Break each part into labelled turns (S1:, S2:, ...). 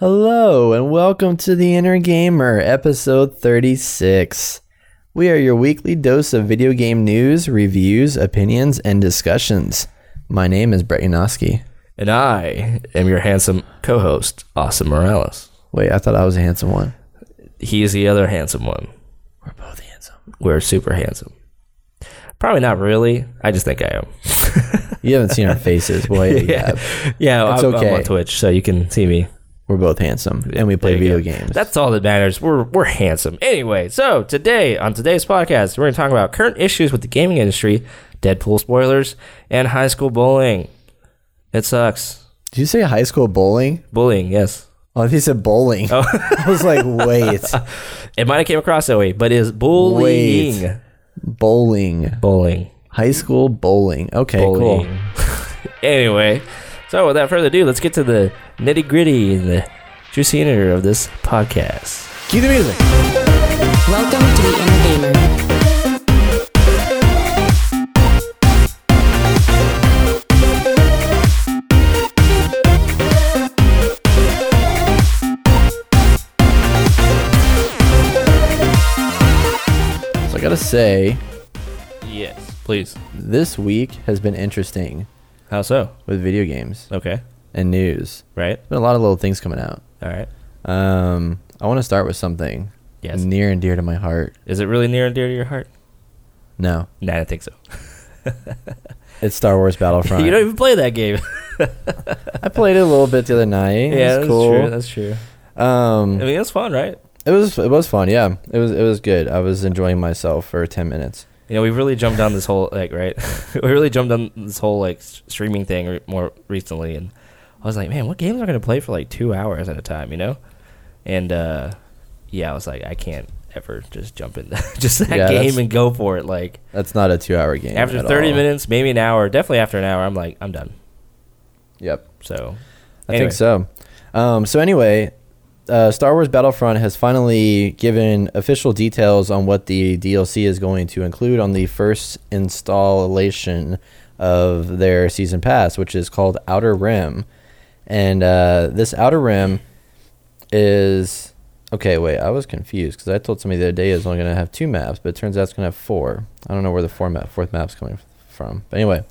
S1: Hello, and welcome to The Inner Gamer, episode 36. We are your weekly dose of video game news, reviews, opinions, and discussions. My name is Brett Yanofsky.
S2: And I am your handsome co host, Austin Morales.
S1: Wait, I thought I was a handsome one.
S2: He is the other handsome one.
S1: We're both handsome.
S2: We're super handsome. Probably not really. I just think I am.
S1: You haven't seen our faces. Boy, yeah.
S2: yeah,
S1: It's
S2: I'm, I'm
S1: okay.
S2: on Twitch, so you can see me.
S1: We're both handsome, and we play
S2: There you
S1: video
S2: go.
S1: games.
S2: That's all that matters. We're we're handsome. Anyway, so today on today's podcast, we're going to talk about current issues with the gaming industry, Deadpool spoilers, and high school bullying. It sucks.
S1: Did you say high school bowling?
S2: Bullying, yes.
S1: Oh, he said bowling. I was like, wait,
S2: It might have came across that way, but it is bullying.
S1: bowling.
S2: Bullying.
S1: High school bowling. Okay,
S2: Bullying.
S1: cool.
S2: anyway, so without further ado, let's get to the nitty gritty and the juicy inner of this podcast.
S1: Cue the music.
S3: Welcome to the Inner Gamer.
S1: So I gotta say,
S2: Yes, please.
S1: this week has been interesting.
S2: How so?
S1: with video games
S2: Okay.
S1: and news.
S2: Right.
S1: Been a lot of little things coming out.
S2: All right.
S1: Um, I want to start with something
S2: Yes.
S1: near and dear to my heart.
S2: Is it really near and dear to your heart?
S1: No,
S2: Nah, I don't think so.
S1: it's Star Wars Battlefront.
S2: you don't even play that game.
S1: I played it a little bit the other night.
S2: yeah,
S1: it was
S2: that's true.
S1: cool.
S2: That's true. I
S1: Um,
S2: mean, it's fun, right?
S1: it was it was fun. Yeah, it was it was good. I was enjoying myself for ten minutes.
S2: You know, we've really jumped down this whole like, right? we really jumped on this whole like s- streaming thing re- more recently, and I was like, man, what games are gonna play for like two hours at a time? You know, and uh, yeah, I was like, I can't ever just jump in just that
S1: Yeah, that's-
S2: game and go for it. Like
S1: That's not a two-hour game.
S2: after
S1: at
S2: thirty
S1: all.
S2: minutes, maybe an hour, definitely after an hour, I'm like, I'm done.
S1: Yep,
S2: So
S1: I
S2: anyway.
S1: think so. Um, so anyway. Uh, Star Wars Battlefront has finally given official details on what the DLC is going to include on the first installation of their season pass, which is called Outer Rim. And uh, this Outer Rim is okay. Wait, I was confused because I told somebody the other day it was only going to have two maps, but it turns out it's going to have four. I don't know where the four map, fourth map's coming f- from. But anyway,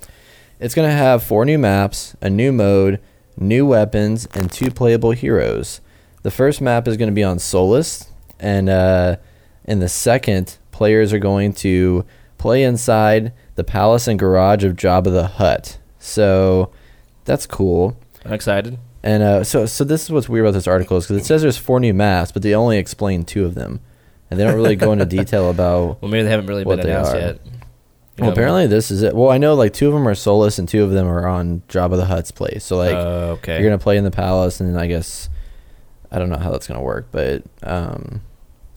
S1: it's going to have four new maps, a new mode, new weapons, and two playable heroes. The first map is going to be on Solus, and uh, in the second, players are going to play inside the palace and garage of Jabba the Hutt. So that's cool.
S2: I'm excited.
S1: And uh, so, so this is what's weird about this article is because it says there's four new maps, but they only explain two of them, and they don't really go into detail about.
S2: Well, maybe they haven't really
S1: What
S2: been
S1: they
S2: announced
S1: are.
S2: yet. You
S1: Well,
S2: know,
S1: apparently this is it. Well, I know like two of them are Solus and two of them are on Jabba the Hutt's place. So like
S2: uh, okay.
S1: you're gonna play in the palace, and then I guess I don't know how that's gonna work, but um,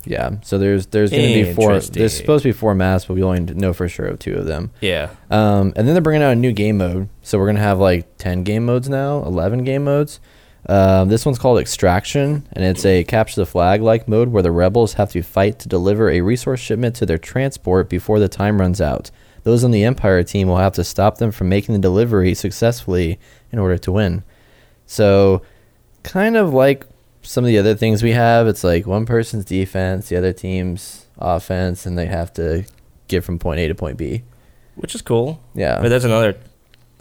S1: yeah. So there's there's gonna be four. There's
S2: Interesting.
S1: supposed to be four maps, but we only know for sure of two of them.
S2: yeah.
S1: Um, and then they're bringing out a new game mode. So we're gonna have like ten game modes now, eleven game modes. Um, this one's called Extraction, and it's a capture the flag like mode where the rebels have to fight to deliver a resource shipment to their transport before the time runs out. Those on the Empire team will have to stop them from making the delivery successfully in order to win. So, kind of like some of the other things we have, it's like one person's defense, the other team's offense, and they have to get from point A to point B.
S2: Which is cool.
S1: Yeah.
S2: But that's another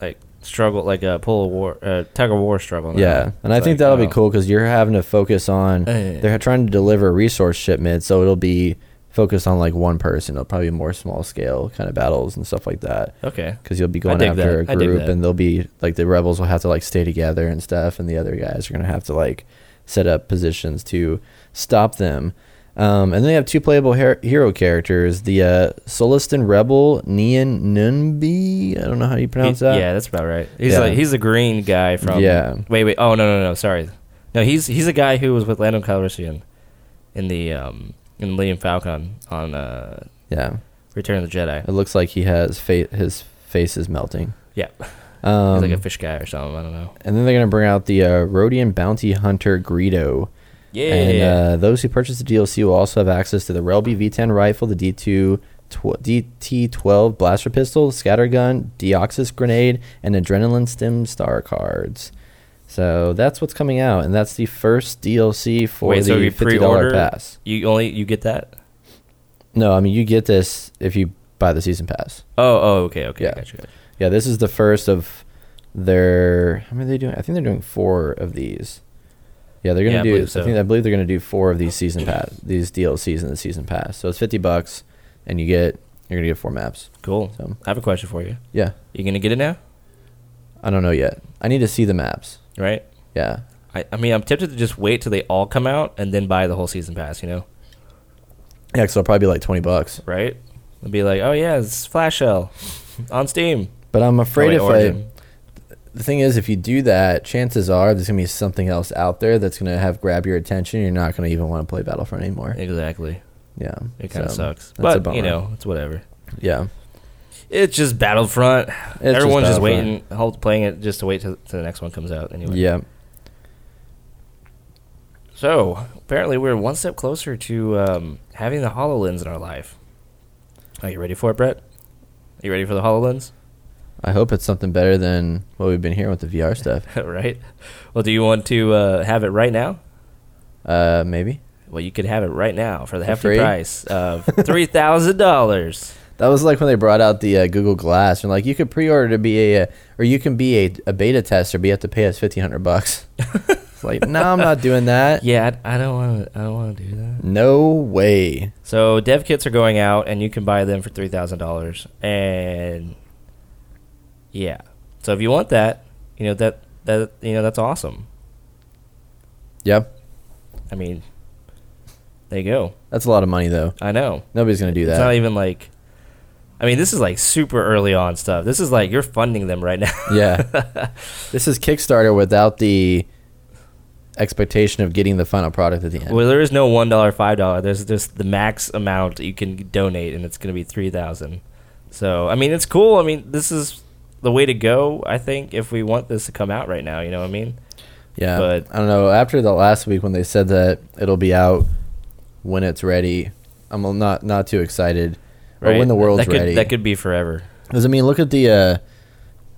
S2: like struggle, like a pull of war, uh, tug of war struggle. now.
S1: Yeah, and I
S2: It's
S1: think
S2: like,
S1: that'll be
S2: oh.
S1: cool because you're having to focus on.
S2: Eh.
S1: They're trying to deliver a resource shipment, so it'll be focused on like one person. It'll probably be more small scale kind of battles and stuff like that.
S2: Okay.
S1: Because you'll be going
S2: dig
S1: after
S2: that.
S1: a
S2: I dig
S1: group,
S2: that.
S1: and they'll be like the rebels will have to like stay together and stuff, and the other guys are gonna have to like set up positions to stop them. Um, and then they have two playable her- hero characters: the uh, Solistan Rebel Nian Nunbi. I don't know how you pronounce
S2: He-
S1: that.
S2: Yeah, that's about right. He's
S1: Yeah.
S2: like he's the green guy from.
S1: Yeah.
S2: Wait, wait. Oh no, no, no. Sorry. No, he's he's a guy who was with Lando Calrissian in the um in Liam Falcon on uh
S1: yeah.
S2: Return of the Jedi.
S1: It looks like he has fa- his face is melting.
S2: Yeah,
S1: Um,
S2: he's like a fish guy or something. I don't know.
S1: and then they're gonna bring out the uh, Rodian bounty hunter Greedo.
S2: Yeah.
S1: And uh, those who purchase the DLC will also have access to the Relby V10 rifle, the D2 tw- DT12 blaster pistol, scatter gun, Deoxys grenade, and adrenaline stem star cards. So that's what's coming out, and that's the first DLC for
S2: Wait,
S1: the
S2: so if you
S1: fifty
S2: pre-order-
S1: dollar pass.
S2: You only you get that?
S1: No, I mean you get this if you buy the season pass.
S2: Oh, oh, okay, okay,
S1: Yeah.
S2: gotcha. gotcha.
S1: Yeah, this is the first of their. How many are they doing? I think they're doing four of these. Yeah, they're gonna
S2: Yeah, I
S1: do. I,
S2: believe so.
S1: think I believe they're gonna do four of these season pass, these DLCs in the season pass. So it's fifty bucks, and you get you're gonna get four maps.
S2: Cool.
S1: So
S2: I have a question for you.
S1: yeah,
S2: You gonna get it now?
S1: I don't know yet. I need to see the maps.
S2: Right?
S1: Yeah,
S2: I, I mean, I'm tempted to just wait till they all come out and then buy the whole season pass. You know,
S1: yeah. So it'll probably be like twenty bucks.
S2: right? And be like, oh yeah, it's Flash Shell on Steam.
S1: But I'm
S2: Oh,
S1: afraid
S2: wait,
S1: if I.
S2: Origin.
S1: the thing is, if you do that, chances are there's gonna be something else out there that's gonna have grab your attention. You're not gonna even want to play Battlefront anymore.
S2: exactly.
S1: Yeah,
S2: It kind of
S1: so
S2: sucks,
S1: that's a
S2: but you
S1: bummer.
S2: know, it's whatever.
S1: Yeah,
S2: It's just Battlefront.
S1: It's
S2: Everyone's just,
S1: Battlefront.
S2: waiting, hold, playing it just to wait till, till the next one comes out. Anyway,
S1: Yeah,
S2: So apparently, we're one step closer to um, having the Hololens in our life. Are you ready for it, Brett? Are you ready for the Hololens?
S1: I hope it's something better than what we've been hearing with the VR stuff.
S2: right. Well, do you want to uh, have it right now?
S1: Uh, maybe
S2: Well, you could have it right now for the hefty
S1: free?
S2: price of three thousand dollars.
S1: that was like when they brought out the uh, Google Glass and like you could pre-order to be a, uh, or you can be a, a beta tester, but you have to pay us fifteen hundred bucks. it's like, no, I'm not doing that.
S2: Yeah, I, I don't want to. I don't want to do that.
S1: No way.
S2: So dev kits are going out, and you can buy them for three thousand dollars. And yeah, so if you want that, you know that that you know that's awesome.
S1: Yep,
S2: I mean, there you go.
S1: that's a lot of money though.
S2: I know.
S1: Nobody's gonna do
S2: It's not
S1: that.
S2: even like. I mean, this is like super early on stuff. This is like you're funding them right now.
S1: yeah, this is Kickstarter without the expectation of getting the final product at the end.
S2: well, there is no one dollar, five dollar. There's just the max amount that you can donate, and it's going to be three thousand. So, I mean, it's cool. I mean, this is the way to go. I think if we want this to come out right now, you know what I mean?
S1: Yeah,
S2: But-
S1: I don't know. After the last week when they said that it'll be out when it's ready, I'm not not too excited. Or when the world's
S2: that could,
S1: ready.
S2: that could be forever.
S1: Because I mean, look at the uh,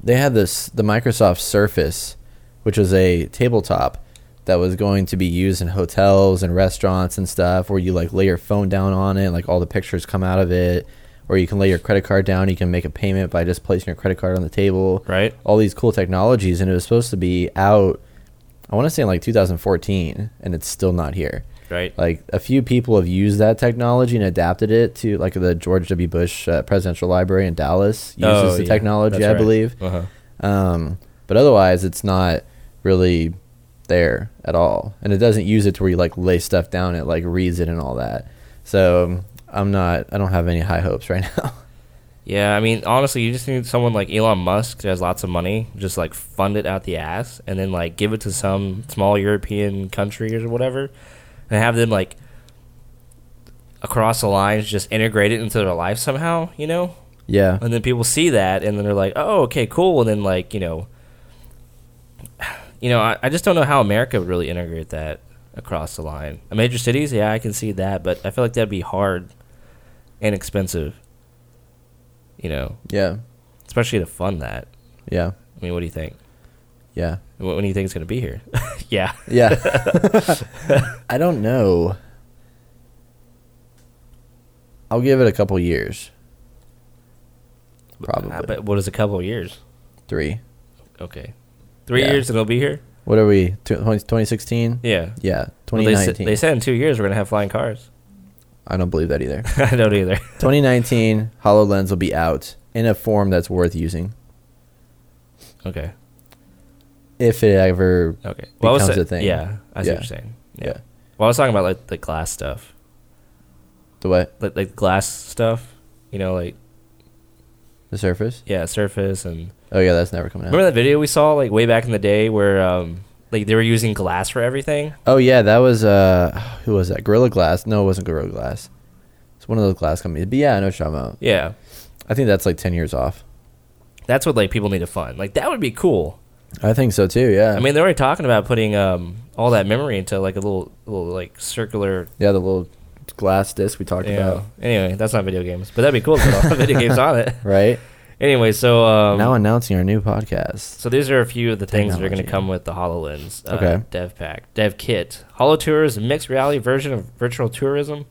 S1: they had this the Microsoft Surface, which was a tabletop that was going to be used in hotels and restaurants and stuff, where you like lay your phone down on it, like all the pictures come out of it, or you can lay your credit card down, you can make a payment by just placing your credit card on the table,
S2: Right.
S1: All these cool technologies, and it was supposed to be out. I want to say in like 2014, and it's still not here
S2: Right.
S1: like a few people have used that technology and adapted it to like the George W. Bush uh, Presidential Library in Dallas uses
S2: Oh,
S1: the
S2: yeah.
S1: technology,
S2: That's
S1: I
S2: right.
S1: believe.
S2: Uh-huh.
S1: Um, but otherwise, it's not really there at all, and it doesn't use it to where you like lay stuff down. It like reads it and all that. So I'm not. I don't have any high hopes right now.
S2: Yeah, I mean, honestly, you just need someone like Elon Musk that has lots of money, just like fund it out the ass, and then like give it to some small European country or whatever, and have them like across the lines just integrate it into their life somehow, you know?
S1: yeah,
S2: And then people see that, and then they're like, "Oh, okay, cool." And then like you know, you know, I, I just don't know how America would really integrate that across the line. Uh, Major cities, yeah, I can see that, but I feel like that'd be hard and expensive. You know,
S1: yeah,
S2: especially to fund that.
S1: yeah,
S2: I mean, what do you think?
S1: yeah,
S2: Wh- When do you think it's going to be here? yeah,
S1: yeah. I don't know. I'll give it a couple years. Probably.
S2: Uh, But what is a couple of years?
S1: three.
S2: Okay, three
S1: Yeah.
S2: years and it'll be here.
S1: What are we? tw- 20- 2016?
S2: Yeah.
S1: Yeah,
S2: Well, they, said,
S1: 2019.
S2: they said in two years we're going to have flying cars.
S1: I don't believe that either.
S2: I don't either.
S1: 2019, HoloLens will be out in a form that's worth using
S2: Okay.
S1: if it ever.
S2: Okay. I was
S1: becomes
S2: sa-
S1: a thing.
S2: Yeah, I see
S1: Yeah.
S2: what you're saying. Yeah.
S1: Yeah.
S2: Well, I was talking about like the glass stuff,
S1: The what?
S2: like like glass stuff. You know, like
S1: The Surface?
S2: yeah, Surface and
S1: Oh, yeah, that's never coming out.
S2: remember that video we saw like way back in the day where um like they were using glass for everything.
S1: Oh, yeah, that was. uh Who was that? Gorilla Glass? No, it wasn't Gorilla Glass. It's one of those glass companies. But yeah, I know what you're talking about.
S2: Yeah,
S1: I think that's like 10 years off.
S2: that's what like people need to fund. Like that would be cool.
S1: I think so too, yeah.
S2: I mean, they're already talking about putting um all that memory into like a little little like circular.
S1: yeah, the little glass disc we talked
S2: You know.
S1: about,
S2: Anyway, that's not video games, but that'd be cool to put all the video games on it.
S1: right?
S2: Anyway, so um,
S1: now announcing our new podcast.
S2: So these are a few of the things that are going
S1: Technology.
S2: to come with the HoloLens uh,
S1: Okay.
S2: Dev Pack, Dev Kit. HoloTour is a mixed reality version of virtual tourism.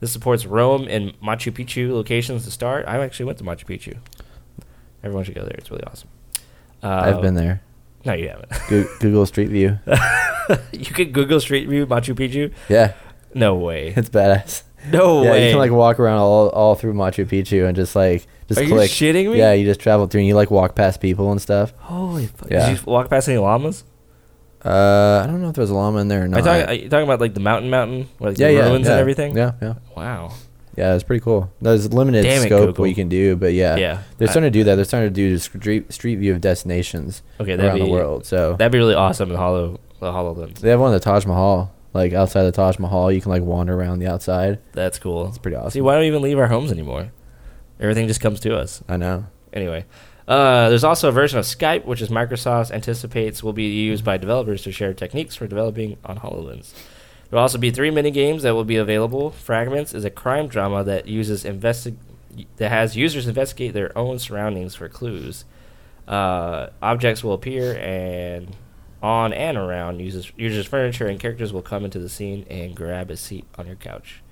S2: This supports Rome and Machu Picchu locations to start. I actually went to Machu Picchu. Everyone should go there. It's really awesome. Uh,
S1: I've been there.
S2: No, you haven't.
S1: Goo Google Street View.
S2: you could Google Street View Machu Picchu.
S1: Yeah,
S2: No way.
S1: it's badass.
S2: No
S1: yeah,
S2: way.
S1: you can like walk around all, all through Machu Picchu and just like just
S2: Are you
S1: click.
S2: shitting me?
S1: Yeah, you just travel through and you like walk past people and stuff.
S2: Holy fuck!
S1: Yeah.
S2: Did you walk past any llamas?
S1: Uh, I don't know if there's a llama in there or
S2: Are
S1: not.
S2: you talking, are you talking about like the mountain, mountain, like
S1: yeah,
S2: the
S1: yeah,
S2: ruins
S1: yeah,
S2: and everything?
S1: Yeah, yeah,
S2: Wow.
S1: yeah. It's pretty cool. There's limited
S2: Damn it,
S1: scope
S2: Google.
S1: what you can do, but yeah,
S2: Yeah.
S1: They're
S2: I-
S1: starting to do that. They're starting to do street street view of destinations
S2: Okay, that'd
S1: around the
S2: be-
S1: world. So
S2: That'd be really awesome in Hollow the Hololens.
S1: they have one at the Taj Mahal. Like outside the Taj Mahal, you can like wander around the outside.
S2: That's cool.
S1: It's pretty awesome.
S2: See, why don't we even leave our homes anymore? Everything just comes to us.
S1: I know.
S2: Anyway, uh, there's also a version of Skype, which is Microsoft anticipates will be used by developers to share techniques for developing on HoloLens. There will also be three mini games that will be available. Fragments is a crime drama that uses investi- that has users investigate their own surroundings for clues. Uh, objects will appear and on and around users users' furniture, and characters will come into the scene and grab a seat on your couch.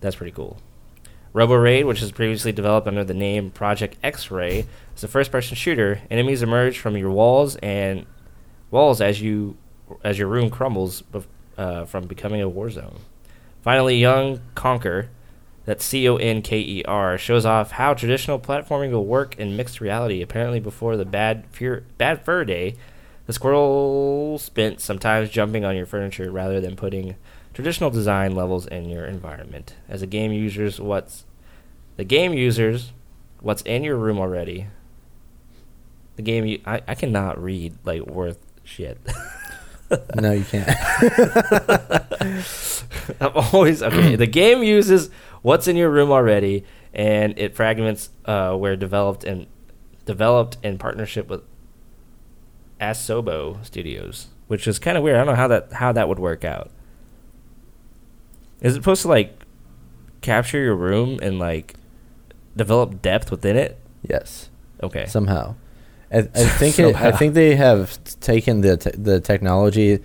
S2: That's pretty cool. RoboRaid, which was previously developed under the name Project X-Ray, is a first-person shooter. Enemies emerge from your walls and walls as you as your room crumbles bef- uh, from becoming a war zone. Finally, Young Conquer, that's C-O-N-K-E-R, E shows off how traditional platforming will work in mixed reality. Apparently, before the Bad Fear Bad Fur Day, the squirrel spent sometimes jumping on your furniture rather than putting traditional design levels in your environment. As a game users, what's the game users? What's in your room already? The game u- I, I cannot read like worth shit.
S1: No, you can't.
S2: I'm always okay. the game uses what's in your room already, and it fragments uh, where developed and developed in partnership with Asobo Studios, which is kind of weird. I don't know how that how that would work out. Is it supposed to like capture your room and like develop depth within it?
S1: yes,
S2: Okay.
S1: somehow. I, I think it, I
S2: Somehow.
S1: think they have taken the te- the technology.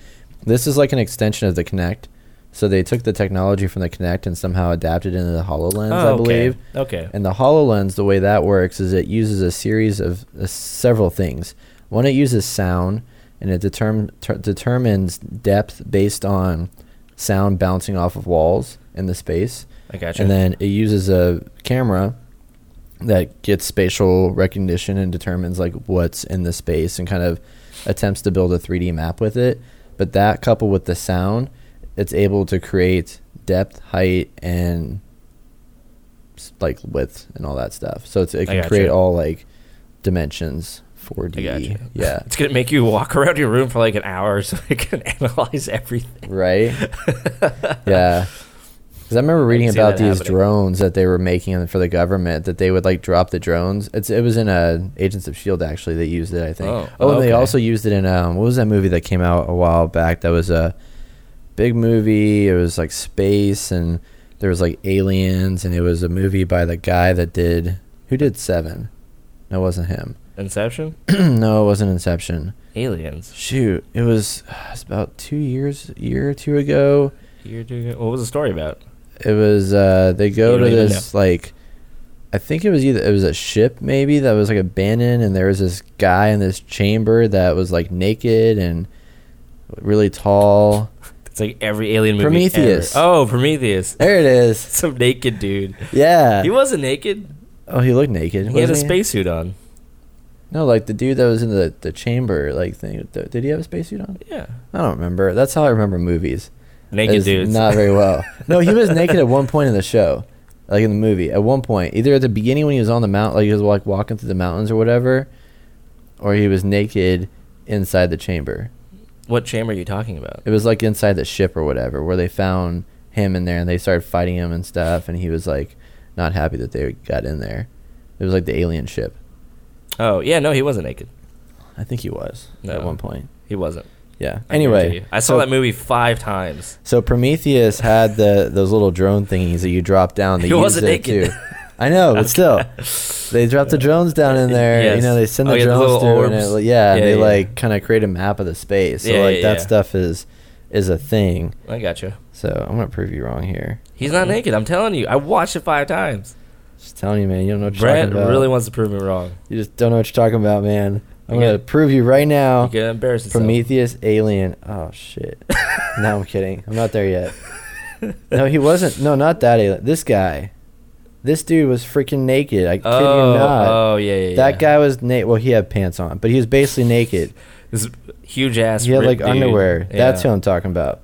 S1: This is like an extension of the Kinect. So they took the technology from the Kinect and somehow adapted it into the Hololens,
S2: Oh,
S1: I
S2: okay.
S1: believe.
S2: Okay.
S1: And the HoloLens, the way that works is it uses a series of uh, several things. One, it uses sound, and it determ- ter- determines depth based on sound bouncing off of walls in the space.
S2: I gotcha.
S1: And then it uses a camera that gets spatial recognition and determines like what's in the space and kind of attempts to build a 3D map with it. But that coupled with the sound, it's able to create depth, height, and s- like width and all that stuff. So it's, it
S2: I
S1: can
S2: gotcha.
S1: create all like dimensions 4D.
S2: I gotcha.
S1: Yeah.
S2: It's gonna make you walk around your room for like an hour so it can analyze everything.
S1: right? yeah. Because I remember reading
S2: see
S1: about
S2: that
S1: these
S2: happening.
S1: drones that they were making for the government that they would like drop the drones. It's it was in uh, Agents of Shield actually. They used it, I think.
S2: Oh,
S1: Oh, and
S2: okay.
S1: they also used it in um, what was that movie that came out a while back? That was a big movie. It was like space and there was like aliens and it was a movie by the guy that did who did Seven. No, it wasn't him.
S2: Inception?
S1: no, it wasn't Inception.
S2: Aliens.
S1: Shoot, it was, uh, it was about two years, year or two ago.
S2: You're doing it. What was the story about?
S1: It was uh they go
S2: You
S1: to
S2: don't even
S1: this like I think it was either it was a ship maybe that was like abandoned and there was this guy in this chamber that was like naked and really tall.
S2: It's like every alien movie.
S1: Prometheus.
S2: ever. Oh, Prometheus.
S1: There it is.
S2: Some naked dude.
S1: Yeah.
S2: He wasn't naked.
S1: oh, he looked naked.
S2: He had
S1: Uh,
S2: a
S1: wasn't
S2: spacesuit on.
S1: No, like the dude that was in the, the chamber like thing. th- Did he have a spacesuit on?
S2: Yeah.
S1: I don't remember. That's how I remember movies.
S2: Naked
S1: is
S2: dudes.
S1: Not very well. No, he was naked at one point in the show, like in the movie. At one point, either at the beginning when he was on the mountain, like he was like walking through the mountains or whatever, or he was naked inside the chamber.
S2: what chamber are you talking about?
S1: It was like inside the ship or whatever, where they found him in there and they started fighting him and stuff, and he was like not happy that they got in there. It was like the alien ship.
S2: Oh, yeah, no, he wasn't naked.
S1: I think he was
S2: No.
S1: at one point.
S2: He wasn't.
S1: Yeah.
S2: I guarantee
S1: Anyway,
S2: you. I saw
S1: so-
S2: that movie five times.
S1: So Prometheus had the those little drone thingies that you drop down. They
S2: He
S1: used
S2: wasn't
S1: it
S2: naked.
S1: too. I know, but
S2: That's-
S1: still, they drop the drones down in there. You
S2: Yes.
S1: know, they send
S2: Oh,
S1: the
S2: yeah, the
S1: drones
S2: little
S1: through, and it,
S2: orbs.
S1: like, yeah,
S2: Yeah,
S1: they
S2: yeah.
S1: like kind of create a map of the space. So
S2: Yeah,
S1: like
S2: yeah,
S1: that
S2: yeah.
S1: stuff is is a thing.
S2: I gotcha.
S1: So I'm gonna prove you wrong here.
S2: He's not naked. I'm telling you. I watched it five times.
S1: Just telling you, man, you don't know what you're
S2: Brad
S1: talking about.
S2: really wants to prove me wrong.
S1: you just don't know what you're talking about, man. I'm
S2: Okay.
S1: gonna prove you right now.
S2: You can embarrass yourself.
S1: Prometheus Alien. Oh shit. no, I'm kidding. I'm not there yet. No, he wasn't. No, not that alien. This guy. This dude was freaking naked. I kid
S2: Oh,
S1: you not.
S2: oh yeah, yeah.
S1: that
S2: yeah.
S1: guy was naked. Well, he had pants on, but he was basically naked.
S2: This huge ass.
S1: He had like
S2: ripped dude.
S1: underwear. That's who
S2: Yeah.
S1: I'm talking about.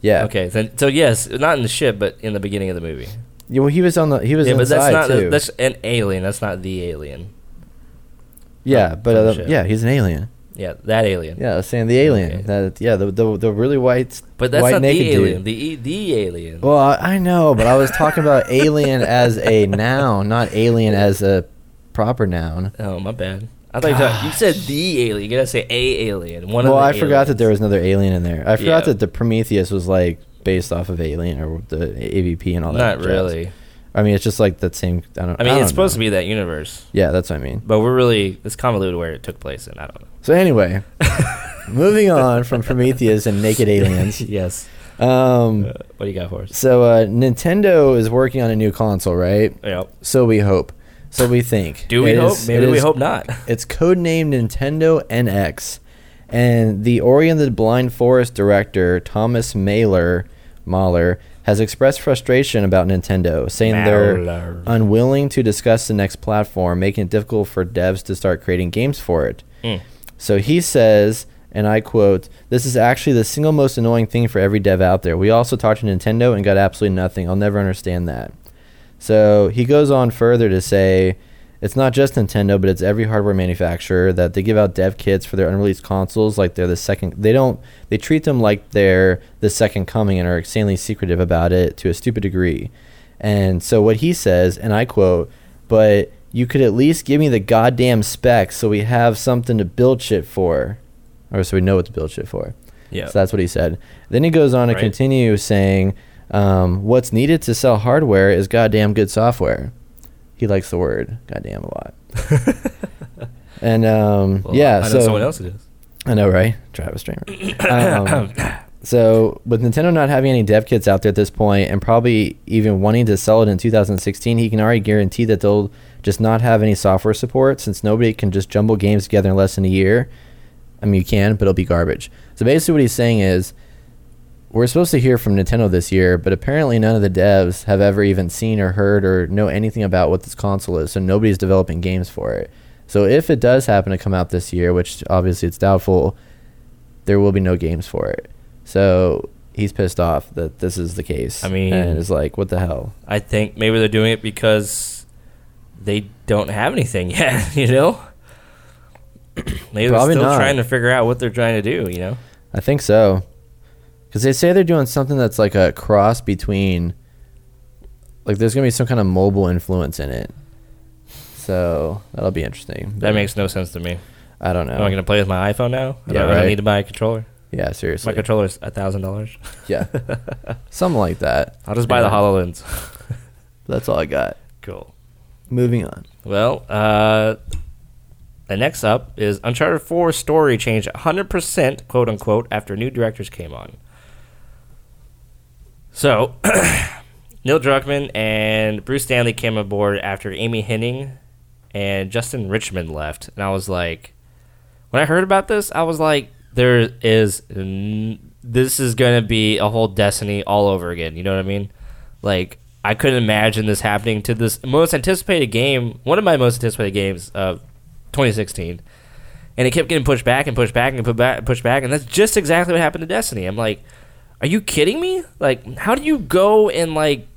S1: Yeah.
S2: Okay, then so yes, not in the ship, but in the beginning of the movie.
S1: Yeah, well, he was on the. He was
S2: yeah, but
S1: inside
S2: that's not
S1: too.
S2: that's an alien. That's not the alien.
S1: yeah, but
S2: Oh, some
S1: uh,
S2: shit.
S1: yeah, he's an alien.
S2: Yeah, that alien.
S1: Yeah, I was saying the alien.
S2: Okay.
S1: That yeah, the, the the really white
S2: But that's
S1: white
S2: not
S1: naked
S2: the
S1: dude.
S2: alien. The e- the alien.
S1: Well, I I know, but I was talking about alien as a noun, not alien as a proper noun.
S2: oh my bad. I thought you, thought, you said the alien. You gotta say a alien. One
S1: well,
S2: of the
S1: I forgot that
S2: aliens.
S1: there was another alien in there. I forgot
S2: Yeah.
S1: that the Prometheus was like based off of Alien or the AVP and all that.
S2: Not
S1: jazz.
S2: really.
S1: I mean, it's just like that same. I don't.
S2: I mean, it's supposed to be that universe,
S1: be. Yeah, that's what I mean.
S2: but we're really it's convoluted where it took place, and I don't know.
S1: So anyway, moving on from Prometheus and naked aliens.
S2: yes.
S1: Um,
S2: Uh, what do you got for us?
S1: so uh, Nintendo is working on a new console, right?
S2: Yep.
S1: So we hope. So we think.
S2: Do we
S1: It
S2: hope?
S1: is-
S2: Maybe
S1: it
S2: we
S1: is-
S2: hope not.
S1: It's codenamed Nintendo NX, and the Ori and the Blind Forest director Thomas Mailer Mahler has expressed frustration about Nintendo, saying
S2: Mahler.
S1: they're unwilling to discuss the next platform, making it difficult for devs to start creating games for it.
S2: Mm.
S1: So he says, and I quote, "This is actually the single most annoying thing for every dev out there. We also talked to Nintendo and got absolutely nothing. I'll never understand that." So he goes on further to say, "It's not just Nintendo, but it's every hardware manufacturer that they give out dev kits for their unreleased consoles like they're the second. They don't. They treat them like they're the second coming and are insanely secretive about it to a stupid degree." And so what he says, and I quote, but you could at least give me the goddamn specs so we have something to build shit for. Or so we know what to build shit for.
S2: Yeah.
S1: So that's what he said. Then he goes on to
S2: Right.
S1: continue saying, um, what's needed to sell hardware is goddamn good software. He likes the word goddamn a lot. and um,
S2: Hmm. Well,
S1: yeah,
S2: I know
S1: so
S2: someone else it is.
S1: I know, right? Travis Stramer. um, so, with Nintendo not having any dev kits out there at this point, and probably even wanting to sell it in 2016, he can already guarantee that they'll just not have any software support since nobody can just jumble games together in less than a year. I mean, you can, but it'll be garbage. So basically, what he's saying is, we're supposed to hear from Nintendo this year, but apparently none of the devs have ever even seen or heard or know anything about what this console is, so nobody's developing games for it. So if it does happen to come out this year, which obviously it's doubtful, there will be no games for it. So he's pissed off that this is the case.
S2: I mean-
S1: and it's like, what the hell?
S2: I think maybe they're doing it because they don't have anything yet, you know?
S1: Probably
S2: maybe they're still
S1: not.
S2: trying to figure out what they're trying to do, you know?
S1: I think so, because they say they're doing something that's like a cross between, like there's gonna be some kind of mobile influence in it. So that'll be interesting.
S2: That makes no sense to me.
S1: I don't know.
S2: Am I going to play with my iPhone now? I
S1: Oh. Yeah,
S2: don't really
S1: right.
S2: need to buy a controller.
S1: Yeah,
S2: My
S1: seriously.
S2: controller's a thousand dollars.
S1: yeah. Something like that.
S2: I'll just buy the
S1: Yeah.
S2: Hololens.
S1: That's all I got.
S2: cool.
S1: Moving on.
S2: Well, uh, the next up is Uncharted 4 story changed 100%, quote unquote, after new directors came on. So, Neil Druckmann and Bruce Stanley came aboard after Amy Henning and Justin Richmond left. And I was like, when I heard about this, I was like, there is, n- this is going to be a whole Destiny all over again. You know what I mean? Like, I couldn't imagine this happening to this most anticipated game, one of my most anticipated games of 2016. And it kept getting pushed back and pushed back and put back, pushed back. And that's just exactly what happened to Destiny. I'm like, are you kidding me? Like, how do you go and, like,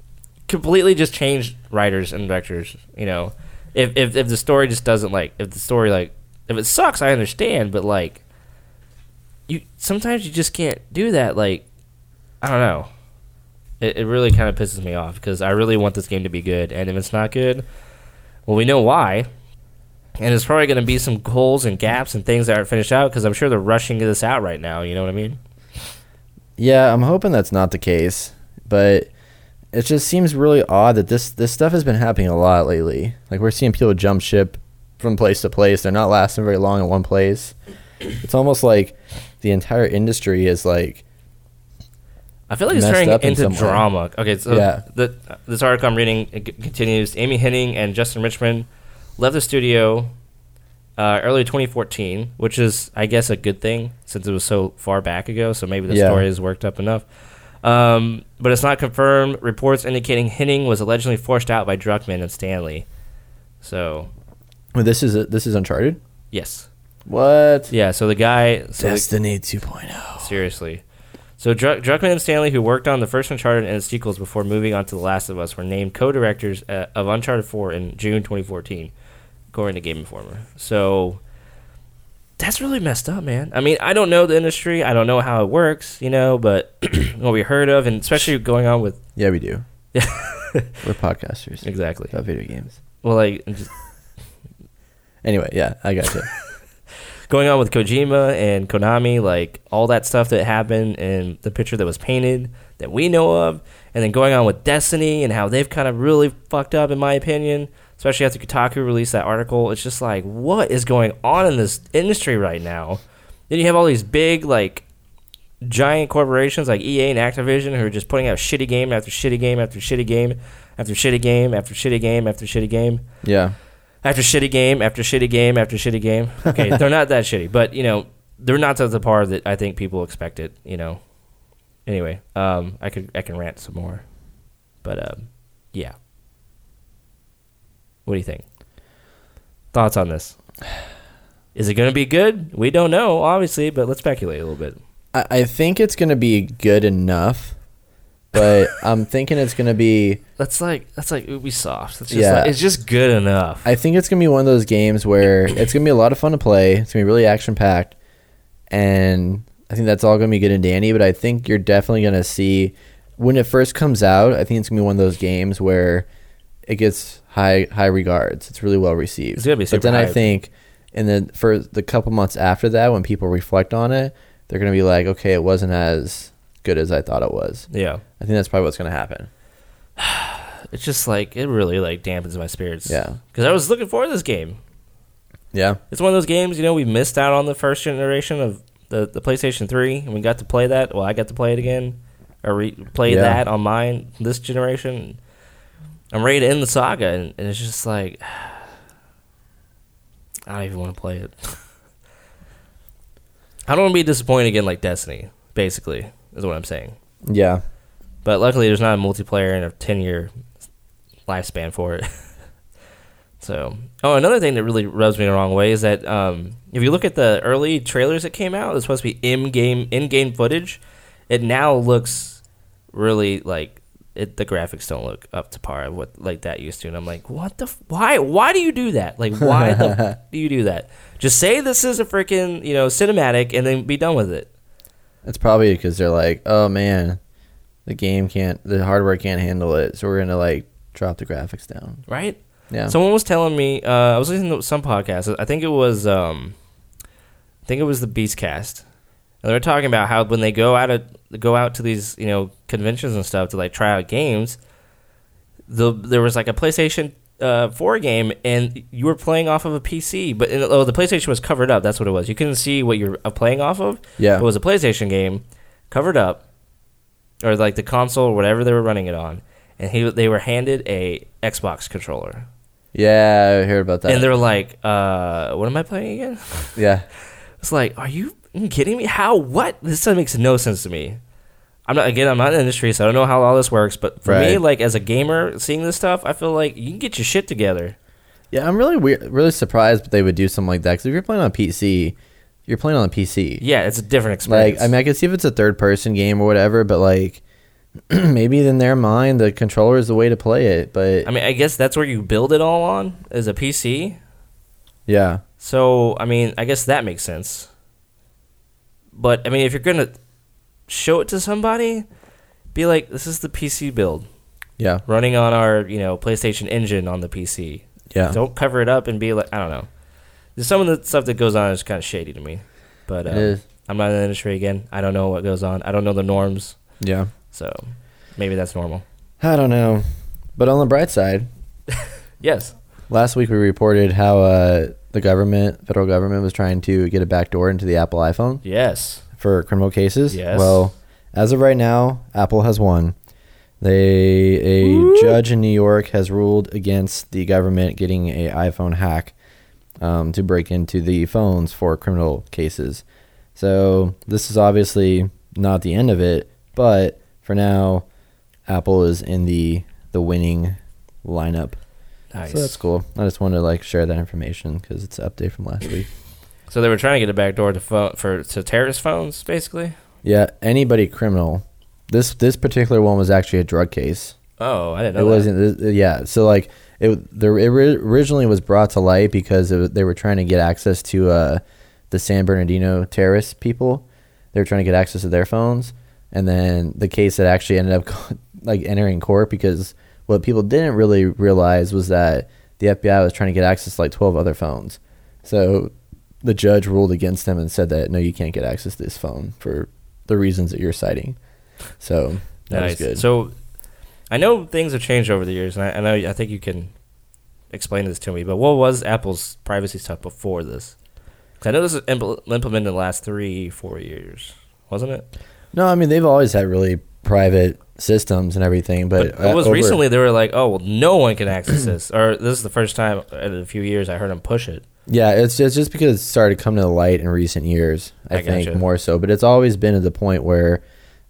S2: completely just change writers and directors? You know, if, if, if the story just doesn't, like, if the story, like, if it sucks, I understand, but, like, you sometimes you just can't do that. Like, I don't know. It, it really kind of pisses me off because I really want this game to be good, and if it's not good, well, we know why. And there's probably going to be some holes and gaps and things that aren't finished out because I'm sure they're rushing this out right now. You know what I mean?
S1: Yeah, I'm hoping that's not the case, but it just seems really odd that this this stuff has been happening a lot lately. Like we're seeing people jump ship from place to place. They're not lasting very long in one place. It's almost like the entire industry is like
S2: I feel like it's
S1: messed
S2: turning
S1: up in
S2: into
S1: some way.
S2: drama. Okay, so
S1: Yeah.
S2: the, this article I'm reading it c- continues. Amy Henning and Justin Richmond left the studio uh, early 2014, which is, I guess, a good thing since it was so far back ago. So maybe the
S1: Yeah.
S2: story is worked up enough. Um, but it's not confirmed. Reports indicating Henning was allegedly forced out by Druckman and Stanley. So,
S1: well, this is this is Uncharted.
S2: yes.
S1: What?
S2: Yeah, so the guy. So the-
S1: Destiny oh. 2.0.
S2: Seriously. So Dr- Druckman and Stanley, who worked on the first Uncharted and its sequels before moving on to The Last of Us, were named co-directors uh, of Uncharted 4 in June 2014, according to Game Informer. So that's really messed up, man. I mean, I don't know the industry, I don't know how it works, you know, but what we heard of, and especially going on with
S1: Yeah, we do. We're podcasters
S2: exactly,
S1: about video games.
S2: well, like just
S1: Anyway, yeah, I got you.
S2: going on with Kojima and Konami, like all that stuff that happened and the picture that was painted that we know of, and then going on with Destiny and how they've kind of really fucked up, in my opinion, especially after Kotaku released that article. It's just like, what is going on in this industry right now? Then you have all these big, like, giant corporations like EA and Activision who are just putting out shitty game after shitty game after shitty game after shitty game after shitty game after shitty game
S1: yeah.
S2: after shitty game after shitty game after shitty game. Okay, they're not that shitty, but you know they're not to the par that I think people expect it. You know. Anyway, um, I could I can rant some more, but um, yeah. What do you think? Thoughts on this? Is it going to be good? We don't know, obviously, but let's speculate a little bit.
S1: I, I think it's going to be good enough, but I'm thinking it's going to be.
S2: That's like that's like Ubisoft. That's just
S1: Yeah.
S2: like, it's just good enough.
S1: I think it's going to be one of those games where it's going to be a lot of fun to play. It's going to be really action packed. And I think that's all going to be good and dandy, but I think you're definitely going to see when it first comes out, I think it's going to be one of those games where it gets high high regards. It's really well received.
S2: It's gonna be super
S1: But then I
S2: hyped.
S1: think and then for the couple months after that when people reflect on it, they're going to be like, "Okay, it wasn't as good as I thought it was."
S2: yeah,
S1: I think that's probably what's going to happen.
S2: it's just like it really like dampens my spirits.
S1: Yeah.
S2: because I was looking forward to this game.
S1: Yeah.
S2: it's one of those games, you know, we missed out on the first generation of the, the PlayStation 3, and we got to play that. Well, I got to play it again, or re- play
S1: Yeah.
S2: that on mine this generation. I'm ready to end the saga, and, and it's just like, I don't even want to play it. I don't want to be disappointed again like Destiny, basically, is what I'm saying.
S1: Yeah.
S2: But luckily, there's not a multiplayer and a 10 year lifespan for it. so, oh, another thing that really rubs me the wrong way is that um, if you look at the early trailers that came out, it's supposed to be in game in game footage. It now looks really like it, the graphics don't look up to par of what like that used to, and I'm like, what the f- why why do you do that? Like, why the f- do you do that? Just say this is a freaking you know cinematic, and then be done with it.
S1: It's probably because they're like, oh man, the game can't, the hardware can't handle it, so we're gonna like drop the graphics down.
S2: right?
S1: Yeah.
S2: Someone was telling me uh, I was listening to some podcast. I think it was um, I think it was the Beastcast. And they were talking about how when they go out of, go out to these you know conventions and stuff to like try out games, the there was like a PlayStation uh, Four game and you were playing off of a PC, but oh the PlayStation was covered up. That's what it was. You couldn't see what you're uh, playing off of.
S1: Yeah.
S2: it was a PlayStation game covered up, or like the console or whatever they were running it on. And he they were handed a Xbox controller.
S1: Yeah, I heard about that.
S2: And they're like, uh, what am I playing again?
S1: yeah,
S2: It's like, are you fucking kidding me? How? What? This doesn't makes no sense to me. I'm not again. I'm not in the industry, so I don't know how all this works. But for me,
S1: Right.
S2: like as a gamer, seeing this stuff, I feel like you can get your shit together.
S1: yeah. I'm really weird, really surprised that they would do something like that. Because if you're playing on PC, you're playing on PC.
S2: Yeah, it's a different experience.
S1: Like, I mean, I could see if it's a third person game or whatever, but like, maybe in their mind, the controller is the way to play it. But
S2: I mean, I guess that's where you build it all on is a PC.
S1: yeah,
S2: So I mean, I guess that makes sense. But I mean, if you're gonna show it to somebody, be like, this is the PC build
S1: yeah,
S2: running on our you know PlayStation Engine on the PC.
S1: yeah.
S2: Don't cover it up and be like, I don't know. There's some of the stuff that goes on is kind of shady to me. But
S1: It
S2: uh,
S1: is.
S2: I'm not in the industry again. I don't know what goes on. I don't know the norms.
S1: Yeah.
S2: So maybe that's normal.
S1: I don't know. But on the bright side,
S2: Yes.
S1: last week we reported how uh, the government, federal government, was trying to get a backdoor into the Apple iPhone.
S2: Yes.
S1: for criminal cases.
S2: Yes.
S1: Well, as of right now, Apple has won. They a judge in New York has ruled against the government getting a iPhone hack um, to break into the phones for criminal cases. So this is obviously not the end of it, but for now, Apple is in the the winning lineup.
S2: Nice.
S1: So that's cool. I just wanted to like share that information because it's an update from last week.
S2: So they were trying to get a backdoor to phone for to terrorist phones, basically.
S1: Yeah, anybody criminal. This this particular one was actually a drug case.
S2: Oh, I didn't know.
S1: it
S2: that.
S1: wasn't. th- Yeah, so like it, the, it ri- originally was brought to light because it, was- they were trying to get access to uh, the San Bernardino terrorist people. They were trying to get access to their phones, and then the case that actually ended up go- like entering court because what people didn't really realize was that the FBI was trying to get access to like twelve other phones. So the judge ruled against them and said that no, you can't get access to this phone for the reasons that you're citing. So that was
S2: nice.
S1: good.
S2: So I know things have changed over the years, and I, I know I think you can explain this to me. But what was Apple's privacy stuff before this? 'Cause I know this was impl- implemented in the last three, four years, wasn't it?
S1: No, I mean they've always had really private systems and everything, but,
S2: But it was
S1: uh, over-
S2: recently they were like, "Oh, well, no one can access this," or this is the first time in a few years I heard them push it.
S1: Yeah, it's just, just because it started coming to light in recent years. I,
S2: I
S1: think
S2: gotcha.
S1: more so, but it's always been at the point where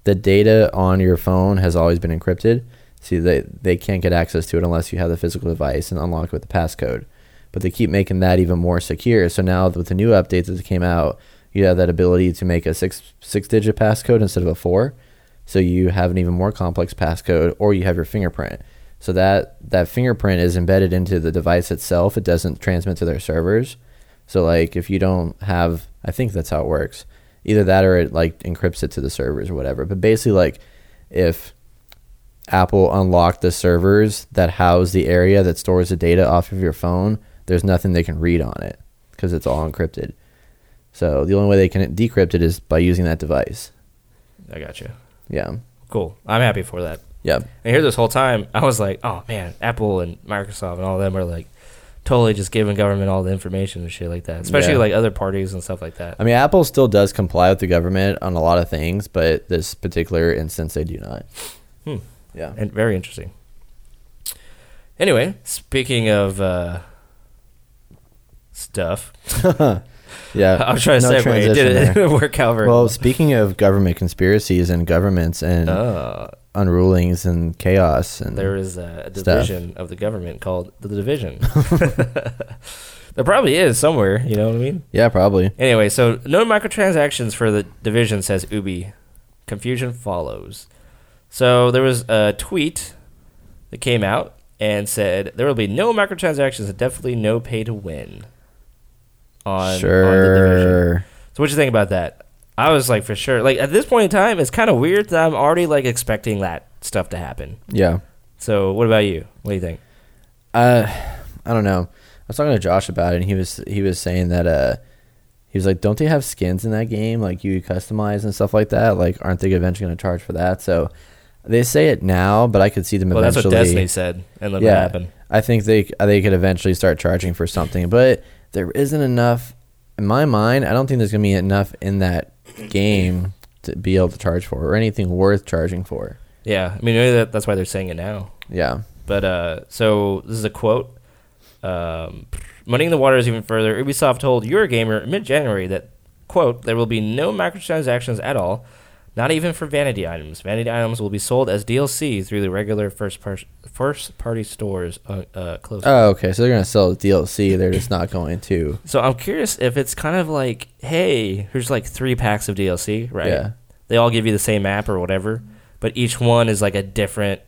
S1: the data on your phone has always been encrypted. See, they they can't get access to it unless you have the physical device and unlock it with the passcode. But they keep making that even more secure. So now with the new updates that came out, you have that ability to make a six six digit passcode instead of a four. So you have an even more complex passcode, or you have your fingerprint. So that that fingerprint is embedded into the device itself. It doesn't transmit to their servers. So like if you don't have, I think that's how it works. Either that or it like encrypts it to the servers or whatever. But basically like if Apple unlocked the servers that house the area that stores the data off of your phone, there's nothing they can read on it because it's all encrypted. So the only way they can decrypt it is by using that device.
S2: I got you.
S1: Yeah.
S2: Cool. I'm happy for that.
S1: Yeah.
S2: And here this whole time, I was like, oh man, Apple and Microsoft and all them are like totally just giving government all the information and shit like that. Especially
S1: Yeah.
S2: like other parties and stuff like that.
S1: I mean, Apple still does comply with the government on a lot of things, but this particular instance, they do not.
S2: Hmm.
S1: Yeah.
S2: And very interesting. Anyway, speaking of uh, stuff,
S1: yeah.
S2: I was trying to
S1: No
S2: say, but it
S1: transition
S2: didn't
S1: there.
S2: work out very
S1: well, speaking of government conspiracies and governments and
S2: Uh,
S1: unrulings and chaos and
S2: there is a
S1: Stuff.
S2: division of the government called the division. there probably is somewhere, you know what I mean?
S1: yeah, probably.
S2: Anyway, so no microtransactions for the division, says Ubi. Confusion follows. So there was a tweet that came out and said there will be no microtransactions and definitely no pay to win on, on the division.
S1: sure.
S2: So what you think about that? I was like for sure. Like at this point in time, it's kind of weird that I'm already like expecting that stuff to happen.
S1: yeah.
S2: So what about you? What do you think?
S1: Uh, I don't know. I was talking to Josh about it, and he was he was saying that uh, he was like, "Don't they have skins in that game? Like you customize and stuff like that. Like, aren't they eventually going to charge for that?" So they say it now, but I could see them
S2: Well, that's
S1: eventually.
S2: what Destiny said, and let it happen.
S1: I think they they could eventually start charging for something, but there isn't enough in my mind. I don't think there's gonna be enough in that game to be able to charge for or anything worth charging for.
S2: Yeah, I mean maybe that, that's why they're saying it now.
S1: Yeah,
S2: But uh, so this is a quote. Um, muddying the waters even further, Ubisoft told Eurogamer in mid-January that quote there will be no microtransactions at all, not even for vanity items. Vanity items will be sold as DLC through the regular first par- first party stores. Uh, uh, close.
S1: Oh, okay. So they're gonna sell DLC. They're just not going to.
S2: So I'm curious if it's kind of like, hey, here's like three packs of DLC, right?
S1: Yeah.
S2: They all give you the same map or whatever, but each one is like a different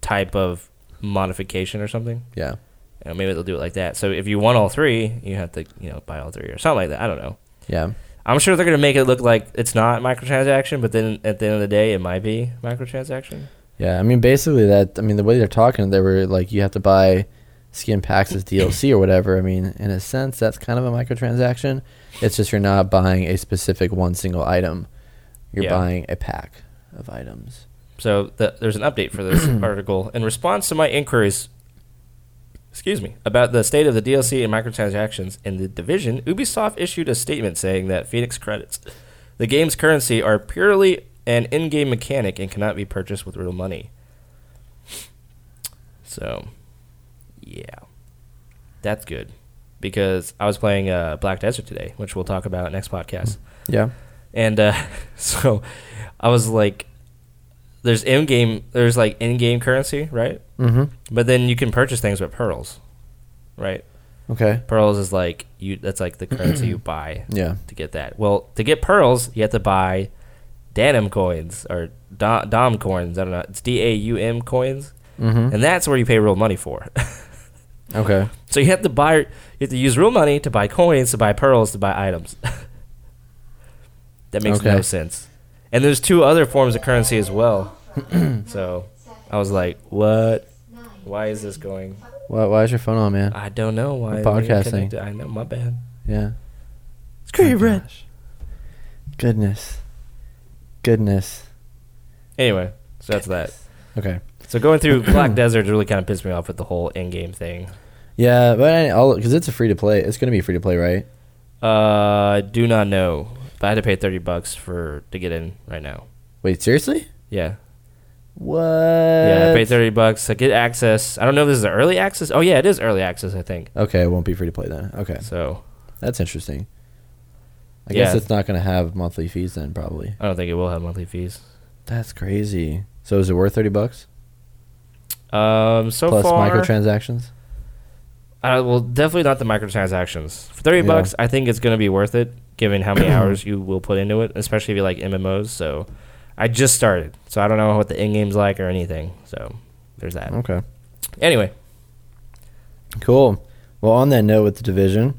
S2: type of modification or something.
S1: Yeah.
S2: You know, maybe they'll do it like that. So if you want all three, you have to you know buy all three or something like that. I don't know.
S1: Yeah.
S2: I'm sure they're gonna make it look like it's not microtransaction, but then at the end of the day, it might be microtransaction.
S1: Yeah. I mean, basically, that. I mean, the way they're talking, they were like, you have to buy skin packs as DLC or whatever. I mean, in a sense, that's kind of a microtransaction. It's just you're not buying a specific one single item. You're
S2: Yeah.
S1: buying a pack of items.
S2: So the, there's an update for this article. In response to my inquiries, excuse me, about the state of the DLC and microtransactions in the division, Ubisoft issued a statement saying that Phoenix credits, the game's currency, are purely an in-game mechanic and cannot be purchased with real money. So, yeah, that's good because I was playing uh, Black Desert today, which we'll talk about next podcast.
S1: Yeah.
S2: And uh, so I was like, there's in game, there's like in game currency, right?
S1: Mm-hmm.
S2: But then you can purchase things with pearls, right?
S1: Okay.
S2: Pearls is like you. That's like the currency you buy
S1: Yeah.
S2: to get that. Well, to get pearls, you have to buy Danum coins or Dom, Dom coins. I don't know. It's D A U M coins,
S1: Mm-hmm.
S2: and that's where you pay real money for.
S1: Okay.
S2: so you have to buy. You have to use real money to buy coins, to buy pearls, to buy items. that makes
S1: Okay.
S2: no sense. And there's two other forms of currency as well. so I was like, what? Why is this going?
S1: Why, why is your phone on, man?
S2: I don't know why.
S1: We're
S2: they didn't
S1: podcasting.
S2: connect it. I know, my bad.
S1: Yeah.
S2: Screw you,
S1: My
S2: Brett.
S1: gosh. Goodness. Goodness.
S2: Anyway, so that's that.
S1: Okay.
S2: So going through Black Desert really kind of pissed me off with the whole in-game thing.
S1: Yeah, but I- I'll because it's a free to play. It's gonna be free to play, right?
S2: Uh, I do not know, but I had to pay thirty bucks for to get in right now.
S1: Wait, seriously?
S2: Yeah,
S1: What?
S2: yeah, I paid thirty bucks to get access. I don't know if this is early access. Oh yeah, it is early access, I think.
S1: Okay, it won't be free to play then. Okay,
S2: So
S1: that's interesting. I guess
S2: Yeah.
S1: it's not gonna have monthly fees then, probably.
S2: I don't think it will have monthly fees.
S1: That's crazy. So is it worth thirty bucks
S2: Um, so
S1: plus
S2: far,
S1: microtransactions?
S2: uh, well, definitely not the microtransactions. For thirty
S1: Yeah.
S2: bucks, I think it's gonna be worth it, given how many hours you will put into it, especially if you like MMOs. So, I just started, so I don't know what the in game's like or anything. So, there's that.
S1: Okay.
S2: Anyway,
S1: Cool. Well, on that note, with the division,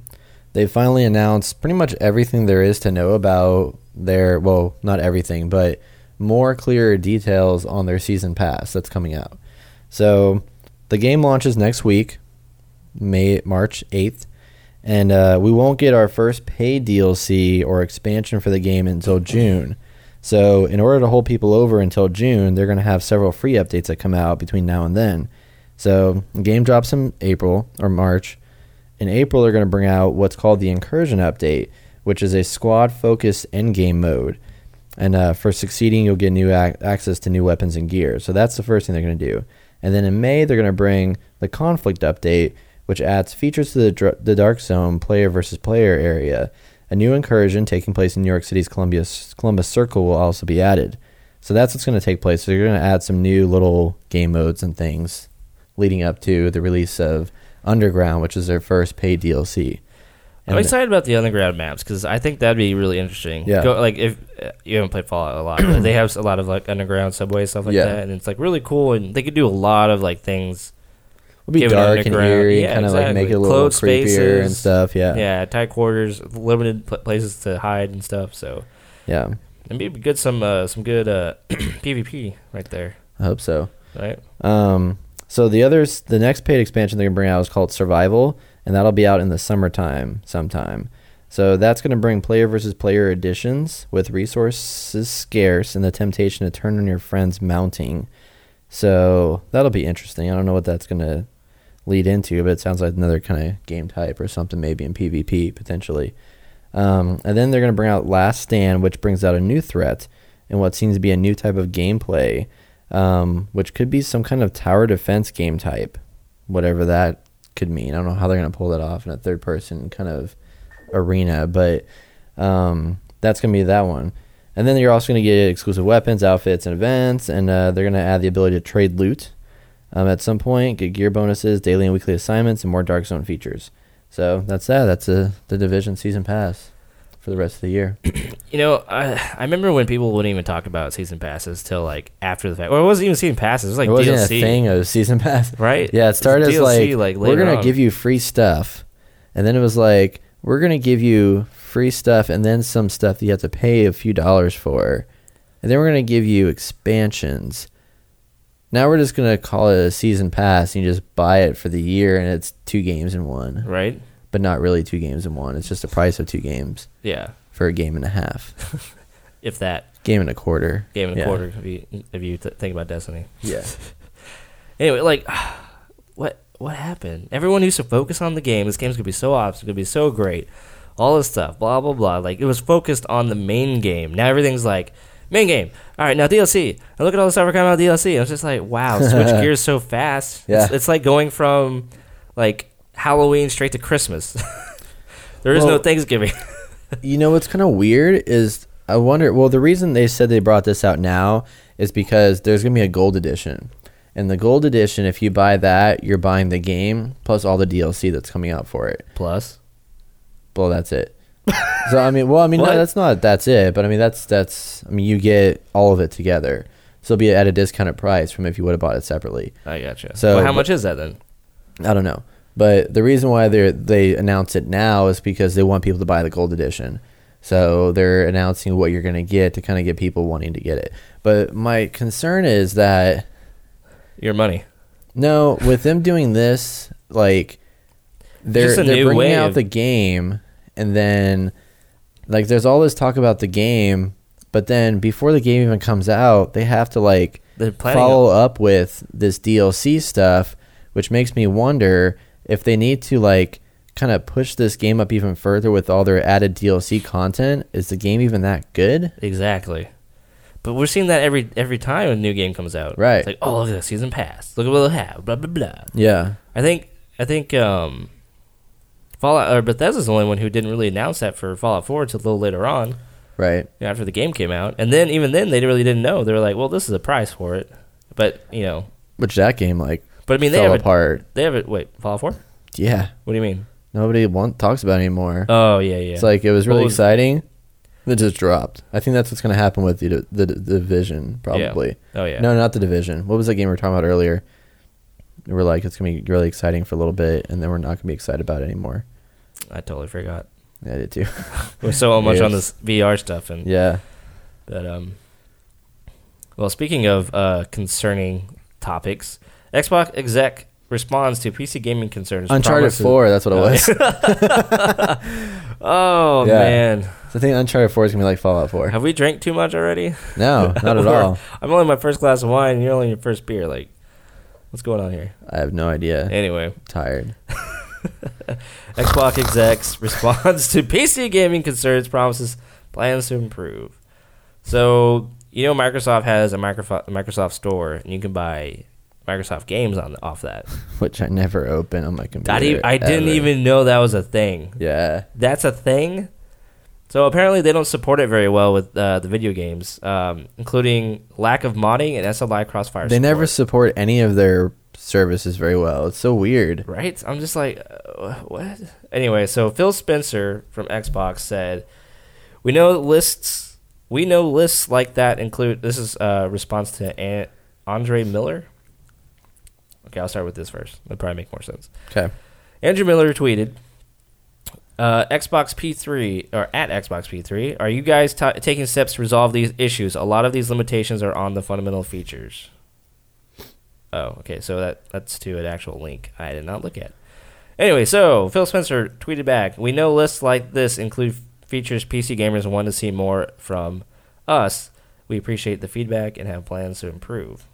S1: they finally announced pretty much everything there is to know about their well, not everything, but more clear details on their season pass that's coming out. So the game launches next week, May March eighth, and uh, we won't get our first paid DLC or expansion for the game until June. So in order to hold people over until June, they're going to have several free updates that come out between now and then. So the game drops in April or March. In April, they're going to bring out what's called the Incursion Update, which is a squad-focused endgame mode. And uh, for succeeding, you'll get new ac- access to new weapons and gear. So that's the first thing they're going to do. And then in May, they're going to bring the Conflict Update, which adds features to the, dr- the Dark Zone player versus player area. A new incursion taking place in New York City's Columbia Columbus Circle will also be added. So that's what's going to take place. So you're going to add some new little game modes and things leading up to the release of Underground, which is their first paid DLC.
S2: I'm excited about the underground maps because I think that'd be really interesting.
S1: Yeah.
S2: Go, like if uh, you haven't played Fallout a lot, but they have a lot of like underground subway stuff like
S1: Yeah.
S2: that, and it's like really cool, and they could do a lot of like things.
S1: It'll be
S2: give it
S1: dark and
S2: underground.
S1: eerie,
S2: Yeah,
S1: kind of like make
S2: exactly.
S1: it a little
S2: Closed
S1: creepier and
S2: spaces.
S1: stuff. Yeah,
S2: Yeah, tight quarters, limited pl- places to hide and stuff. So
S1: yeah.
S2: and maybe good some uh, some good uh, PvP right there,
S1: I hope so.
S2: right?
S1: Um, so the others, the next paid expansion they're gonna bring out is called Survival, and that'll be out in the summertime sometime. So that's gonna bring player versus player additions with resources scarce and the temptation to turn on your friends mounting. So that'll be interesting. I don't know what that's gonna lead into, but it sounds like another kind of game type or something, maybe in PvP potentially. Um, and then they're going to bring out Last Stand, which brings out a new threat and what seems to be a new type of gameplay, um, which could be some kind of tower defense game type, whatever that could mean. I don't know how they're going to pull that off in a third person kind of arena, but um, that's going to be that one. And then you're also going to get exclusive weapons, outfits, and events, and uh, they're going to add the ability to trade loot um, at some point, get gear bonuses, daily and weekly assignments, and more Dark Zone features. So that's that. That's a, the division season pass for the rest of the year.
S2: You know, I I remember when people wouldn't even talk about season passes till like after the fact. Well, it wasn't even season passes; it was like
S1: it wasn't
S2: DLC,
S1: a thing of season pass,
S2: right?
S1: Yeah, it started as like,
S2: DLC,
S1: we're
S2: later
S1: gonna
S2: on.
S1: give you free stuff, and then it was like we're gonna give you free stuff and then some stuff that you have to pay a few dollars for, and then we're gonna give you expansions. Now we're just gonna call it a season pass, and you just buy it for the year, and it's two games in one,
S2: right.
S1: but not really two games in one. It's just the price of two games
S2: Yeah,
S1: for a game and a half.
S2: if that
S1: Game and a quarter.
S2: game and a
S1: Yeah.
S2: quarter if you if you th- think about Destiny.
S1: Yeah.
S2: Anyway, like what what happened? Everyone used to focus on the game. This game's gonna be so awesome. It's gonna be so great. All this stuff. Blah blah blah. Like it was focused on the main game. Now everything's like main game. All right, now DLC. And look at all the stuff we're coming out of DLC. I was just like, wow, switch gears so fast. It's,
S1: Yeah.
S2: it's like going from like Halloween straight to Christmas. there is
S1: Well-
S2: no Thanksgiving.
S1: You know what's kind of weird is I wonder. Well, the reason they said they brought this out now is because there's gonna be a gold edition, and the gold edition, if you buy that, you're buying the game plus all the DLC that's coming out for it.
S2: Plus,
S1: Well, that's it. so I mean, well, I mean, no,
S2: What?
S1: that's not that's it, but I mean, that's that's I mean, you get all of it together. So it'll be at a discounted price from if you would have bought it separately.
S2: I gotcha.
S1: So-
S2: So how much is that then?
S1: I don't know. But the reason why they they announce it now is because they want people to buy the gold edition. So they're announcing what you're going to get to kind of get people wanting to get it. But my concern is that
S2: Your money.
S1: no, with them doing this, like they're
S2: Just a
S1: they're
S2: new
S1: bringing
S2: way
S1: out
S2: of-
S1: the game, and then like there's all this talk about the game, but then before the game even comes out, they have to like
S2: They're planning
S1: follow up with this DLC stuff, which makes me wonder if they need to like kind of push this game up even further with all their added DLC content. Is the game even that good?
S2: Exactly. But we're seeing that every every time a new game comes out.
S1: Right.
S2: It's like, oh look at the season pass. Look at what they'll have. Blah blah blah.
S1: Yeah.
S2: I think I think um Fallout or Bethesda's the only one who didn't really announce that for Fallout Four until a little later on, you
S1: Right.
S2: know, after the game came out. And then even then they really didn't know. They were like, Well, this is a price for it. But you know
S1: Which that game like
S2: But I mean they
S1: fell
S2: have it
S1: apart.
S2: they have it wait, Fallout Four?
S1: yeah.
S2: What do you mean?
S1: Nobody want, talks about it anymore.
S2: Oh yeah, yeah.
S1: It's like it was really
S2: Well, it was-
S1: exciting. It just dropped. I think that's what's going to happen with the, the, the division, probably.
S2: Oh yeah.
S1: No, not the division. What was that game we were talking about earlier? We We're like, it's going to be really exciting for a little bit, and then we're not going to be excited about it anymore.
S2: I totally forgot.
S1: Yeah, I did too.
S2: We're so much on
S1: Yes.
S2: this VR stuff and
S1: yeah.
S2: But um, well, speaking of uh, concerning topics, Xbox exec responds to PC gaming concerns.
S1: Uncharted
S2: promises-
S1: 4, that's what it was. so
S2: Oh
S1: Yeah.
S2: man,
S1: I think Uncharted 4 is going to be like Fallout 4.
S2: have we drank too much already?
S1: No, not at
S2: Or-
S1: all.
S2: I'm only my first glass of wine. and You're only your first beer. Like, what's going on here?
S1: I have no idea.
S2: Anyway,
S1: tired.
S2: Xbox execs responds to PC gaming concerns promises plans to improve. So you know Microsoft has a Microsoft Microsoft store, and you can buy Microsoft games on off that.
S1: Which I never open on my computer.
S2: I didn't, I didn't
S1: ever.
S2: even know that was a thing.
S1: Yeah.
S2: That's a thing. So apparently they don't support it very well with uh, the video games, um, including lack of modding and SLI Crossfire.
S1: They never
S2: support.
S1: support any of their services very well. It's so weird.
S2: right? I'm just like, uh, what? Anyway, so Phil Spencer from Xbox said, "We know lists. We know lists like that include. This is a response to An- Andre Miller. Okay, I'll start with this first. That'll probably make more sense.
S1: Okay.
S2: Andrew Miller tweeted, uh, "Xbox P3 or at Xbox P3, are you guys ta taking steps to resolve these issues? A lot of these limitations are on the fundamental features." Oh, okay, so that that's to an actual link I did not look at. Anyway, so Phil Spencer tweeted back, "We know lists like this include features PC gamers want to see more from us. We appreciate the feedback and have plans to improve."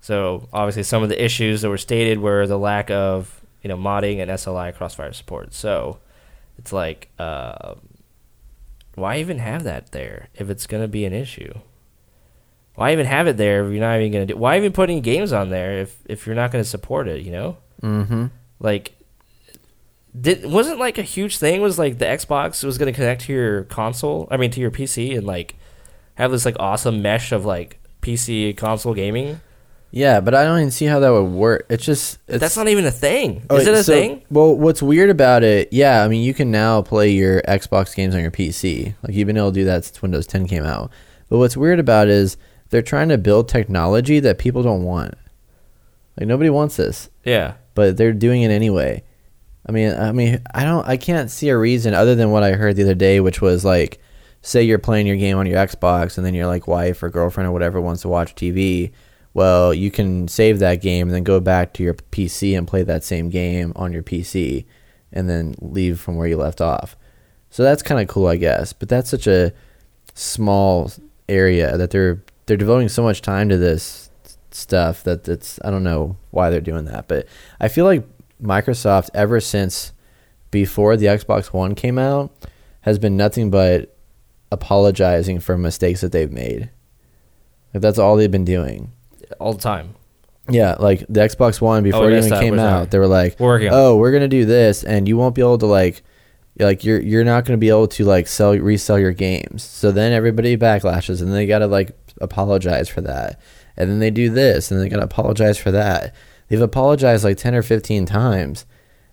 S2: So obviously, some of the issues that were stated were the lack of you know modding and SLI Crossfire support. So it's like, uh, why even have that there if it's going to be an issue? Why even have it there if you're not even going to do? Why even putting games on there if if you're not going to support it? You know,
S1: Mm-hmm.
S2: like. Did, wasn't like a huge thing was like the Xbox was going to connect to your console, I mean to your PC and like have this like awesome mesh of like PC console gaming.
S1: Yeah, but I don't even see how that would work. It's just it's,
S2: That's not even a thing.
S1: Oh,
S2: Is it
S1: wait,
S2: a
S1: so-
S2: thing?
S1: Well, what's weird about it? Yeah, I mean, you can now play your Xbox games on your PC. Like you've been able to do that since Windows 10 came out. But what's weird about it is they're trying to build technology that people don't want. Like nobody wants this,
S2: Yeah.
S1: but they're doing it anyway. I mean, I mean, I don't, I can't see a reason other than what I heard the other day, which was like, say you're playing your game on your Xbox, and then your like wife or girlfriend or whatever wants to watch TV. Well, you can save that game and then go back to your PC and play that same game on your PC, and then leave from where you left off. So that's kind of cool, I guess. But that's such a small area that they're they're devoting so much time to this stuff that it's I don't know why they're doing that, but I feel like Microsoft ever since before the Xbox One came out has been nothing but apologizing for mistakes that they've made. Like that's all they've been doing.
S2: all the time.
S1: Yeah, like the Xbox One before it
S2: yes,
S1: even
S2: Oh, that
S1: came
S2: was
S1: out,
S2: our-
S1: they were like,
S2: We're working on
S1: "Oh, we're gonna do this, and you won't be able to like, like you're you're not gonna be able to like sell resell your games." So then everybody backlashes, and they gotta like apologize for that, and then they do this, and they gotta apologize for that. They've apologized like ten or fifteen times,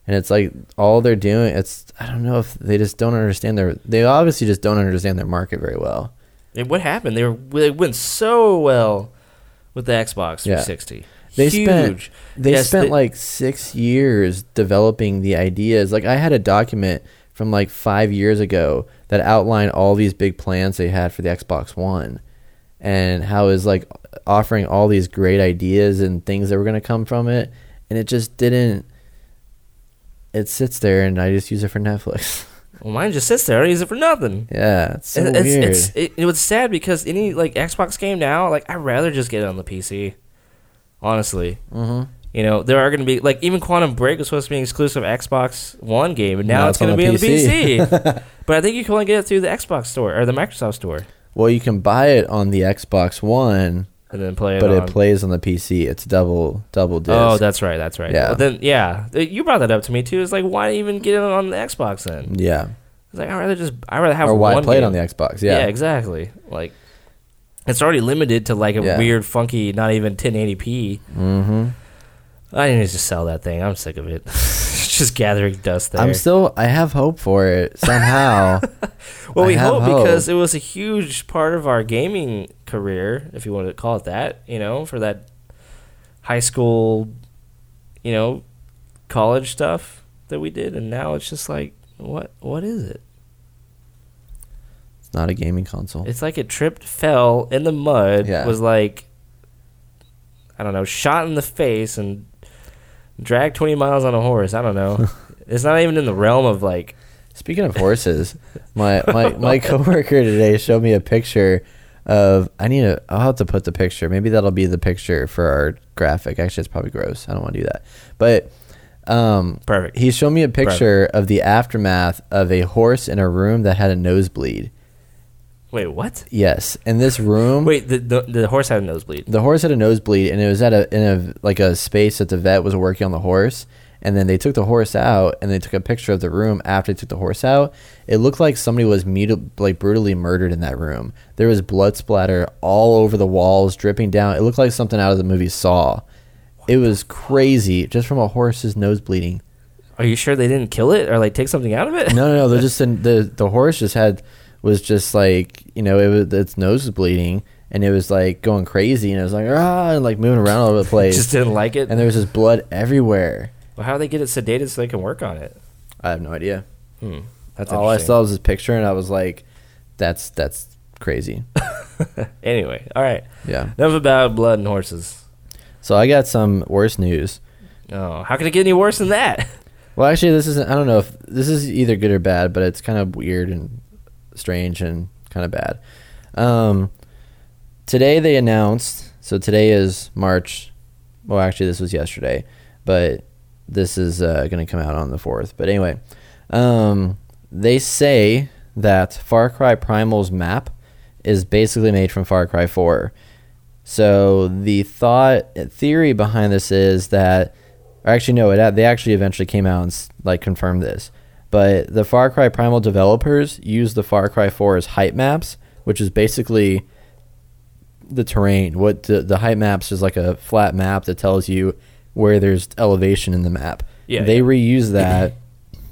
S1: and it's like all they're doing. It's I don't know if they just don't understand their. They obviously just don't understand their market very well.
S2: And what happened? They were they went so well with the Xbox
S1: Yeah.
S2: 360.
S1: They
S2: Huge.
S1: spent they
S2: Yes,
S1: spent
S2: the-
S1: like six years developing the ideas. Like I had a document from like five years ago that outlined all these big plans they had for the Xbox One, and how is like offering all these great ideas and things that were going to come from it, and it just didn't. It sits there, and I just use it for Netflix.
S2: Well, mine just sits there. I don't use it for nothing.
S1: yeah, it's so
S2: And it's,
S1: weird.
S2: It's, it, it was sad because any like Xbox game now, like I'd rather just get it on the PC. Honestly,
S1: hmm
S2: you know there are going to be like even Quantum Break was supposed to be an exclusive Xbox One game, and now, it's going to be on the PC. but I think you can only get it through the Xbox store or the Microsoft store,
S1: Well, you can buy it on the Xbox One,
S2: and then play it.
S1: but
S2: on.
S1: it plays on the PC. It's double double disc.
S2: Oh, that's right. That's right.
S1: Yeah.
S2: Well, then yeah, Uh, you brought that up to me too. It's like why even get it on the Xbox then?
S1: yeah.
S2: It's like I'd rather just I'd rather have
S1: or why
S2: one
S1: play it
S2: game.
S1: on the Xbox. Yeah.
S2: exactly. Like it's already limited to like a
S1: Yeah.
S2: weird, funky, not even 1080p.
S1: Mm-hmm.
S2: I need to just sell that thing. I'm sick of it. It's just gathering dust there.
S1: I'm still. I have hope for it somehow.
S2: well,
S1: I
S2: we
S1: have
S2: hope because it was a huge part of our gaming career, if you want to call it that. You know, for that high school, you know, college stuff that we did, and now it's just like, what? What is it?
S1: it's not a gaming console.
S2: It's like it tripped, fell in the mud,
S1: Yeah.
S2: was like, I don't know, shot in the face and dragged 20 miles on a horse. I don't know. it's not even in the realm of like,
S1: Speaking of horses, my my my coworker today showed me a picture of. I need to. I'll have to put the picture. Maybe that'll be the picture for our graphic. Actually, it's probably gross. I don't want to do that. But um,
S2: Perfect.
S1: He showed me a picture of the aftermath of a horse in a room that had a nosebleed.
S2: wait, what?
S1: Yes, in this room.
S2: Wait, the, the, the horse had a nosebleed.
S1: the horse had a nosebleed and it was at a in a like a space that the vet was working on the horse and then they took the horse out and they took a picture of the room after they took the horse out it looked like somebody was muti- like brutally murdered in that room there was blood splatter all over the walls dripping down it looked like something out of the movie saw it was crazy just from a horse's nose bleeding
S2: Are you sure they didn't kill it or like take something out of it?
S1: no, no, no. They're just in, the the horse just had was just like you know it was its nose was bleeding and it was like going crazy and it was like ah and like moving around all over the place.
S2: Just didn't like it.
S1: and there was just blood everywhere.
S2: well, how do they get it sedated so they can work on it?
S1: I have no idea.
S2: Hmm. That's
S1: all I
S2: interesting.
S1: saw was this picture and I was like, that's that's crazy.
S2: Anyway, all right.
S1: yeah.
S2: Enough about blood and horses.
S1: So I got some worse news.
S2: Oh, how can it get any worse than that?
S1: Well, actually, this isn't. I don't know if this is either good or bad, but it's kind of weird and strange and kind of bad. Um, today they announced. So today is March. Well, actually, this was yesterday, but this is uh, going to come out on the fourth. But anyway, um, they say that Far Cry Primal's map is basically made from Far Cry Four. So the thought theory behind this is that, or actually no, it they actually eventually came out and s- like confirmed this. But the Far Cry Primal developers use the Far Cry 4 as height maps, which is basically the terrain. What the, the height maps is like a flat map that tells you where there's elevation in the map.
S2: Yeah,
S1: they
S2: yeah.
S1: reuse that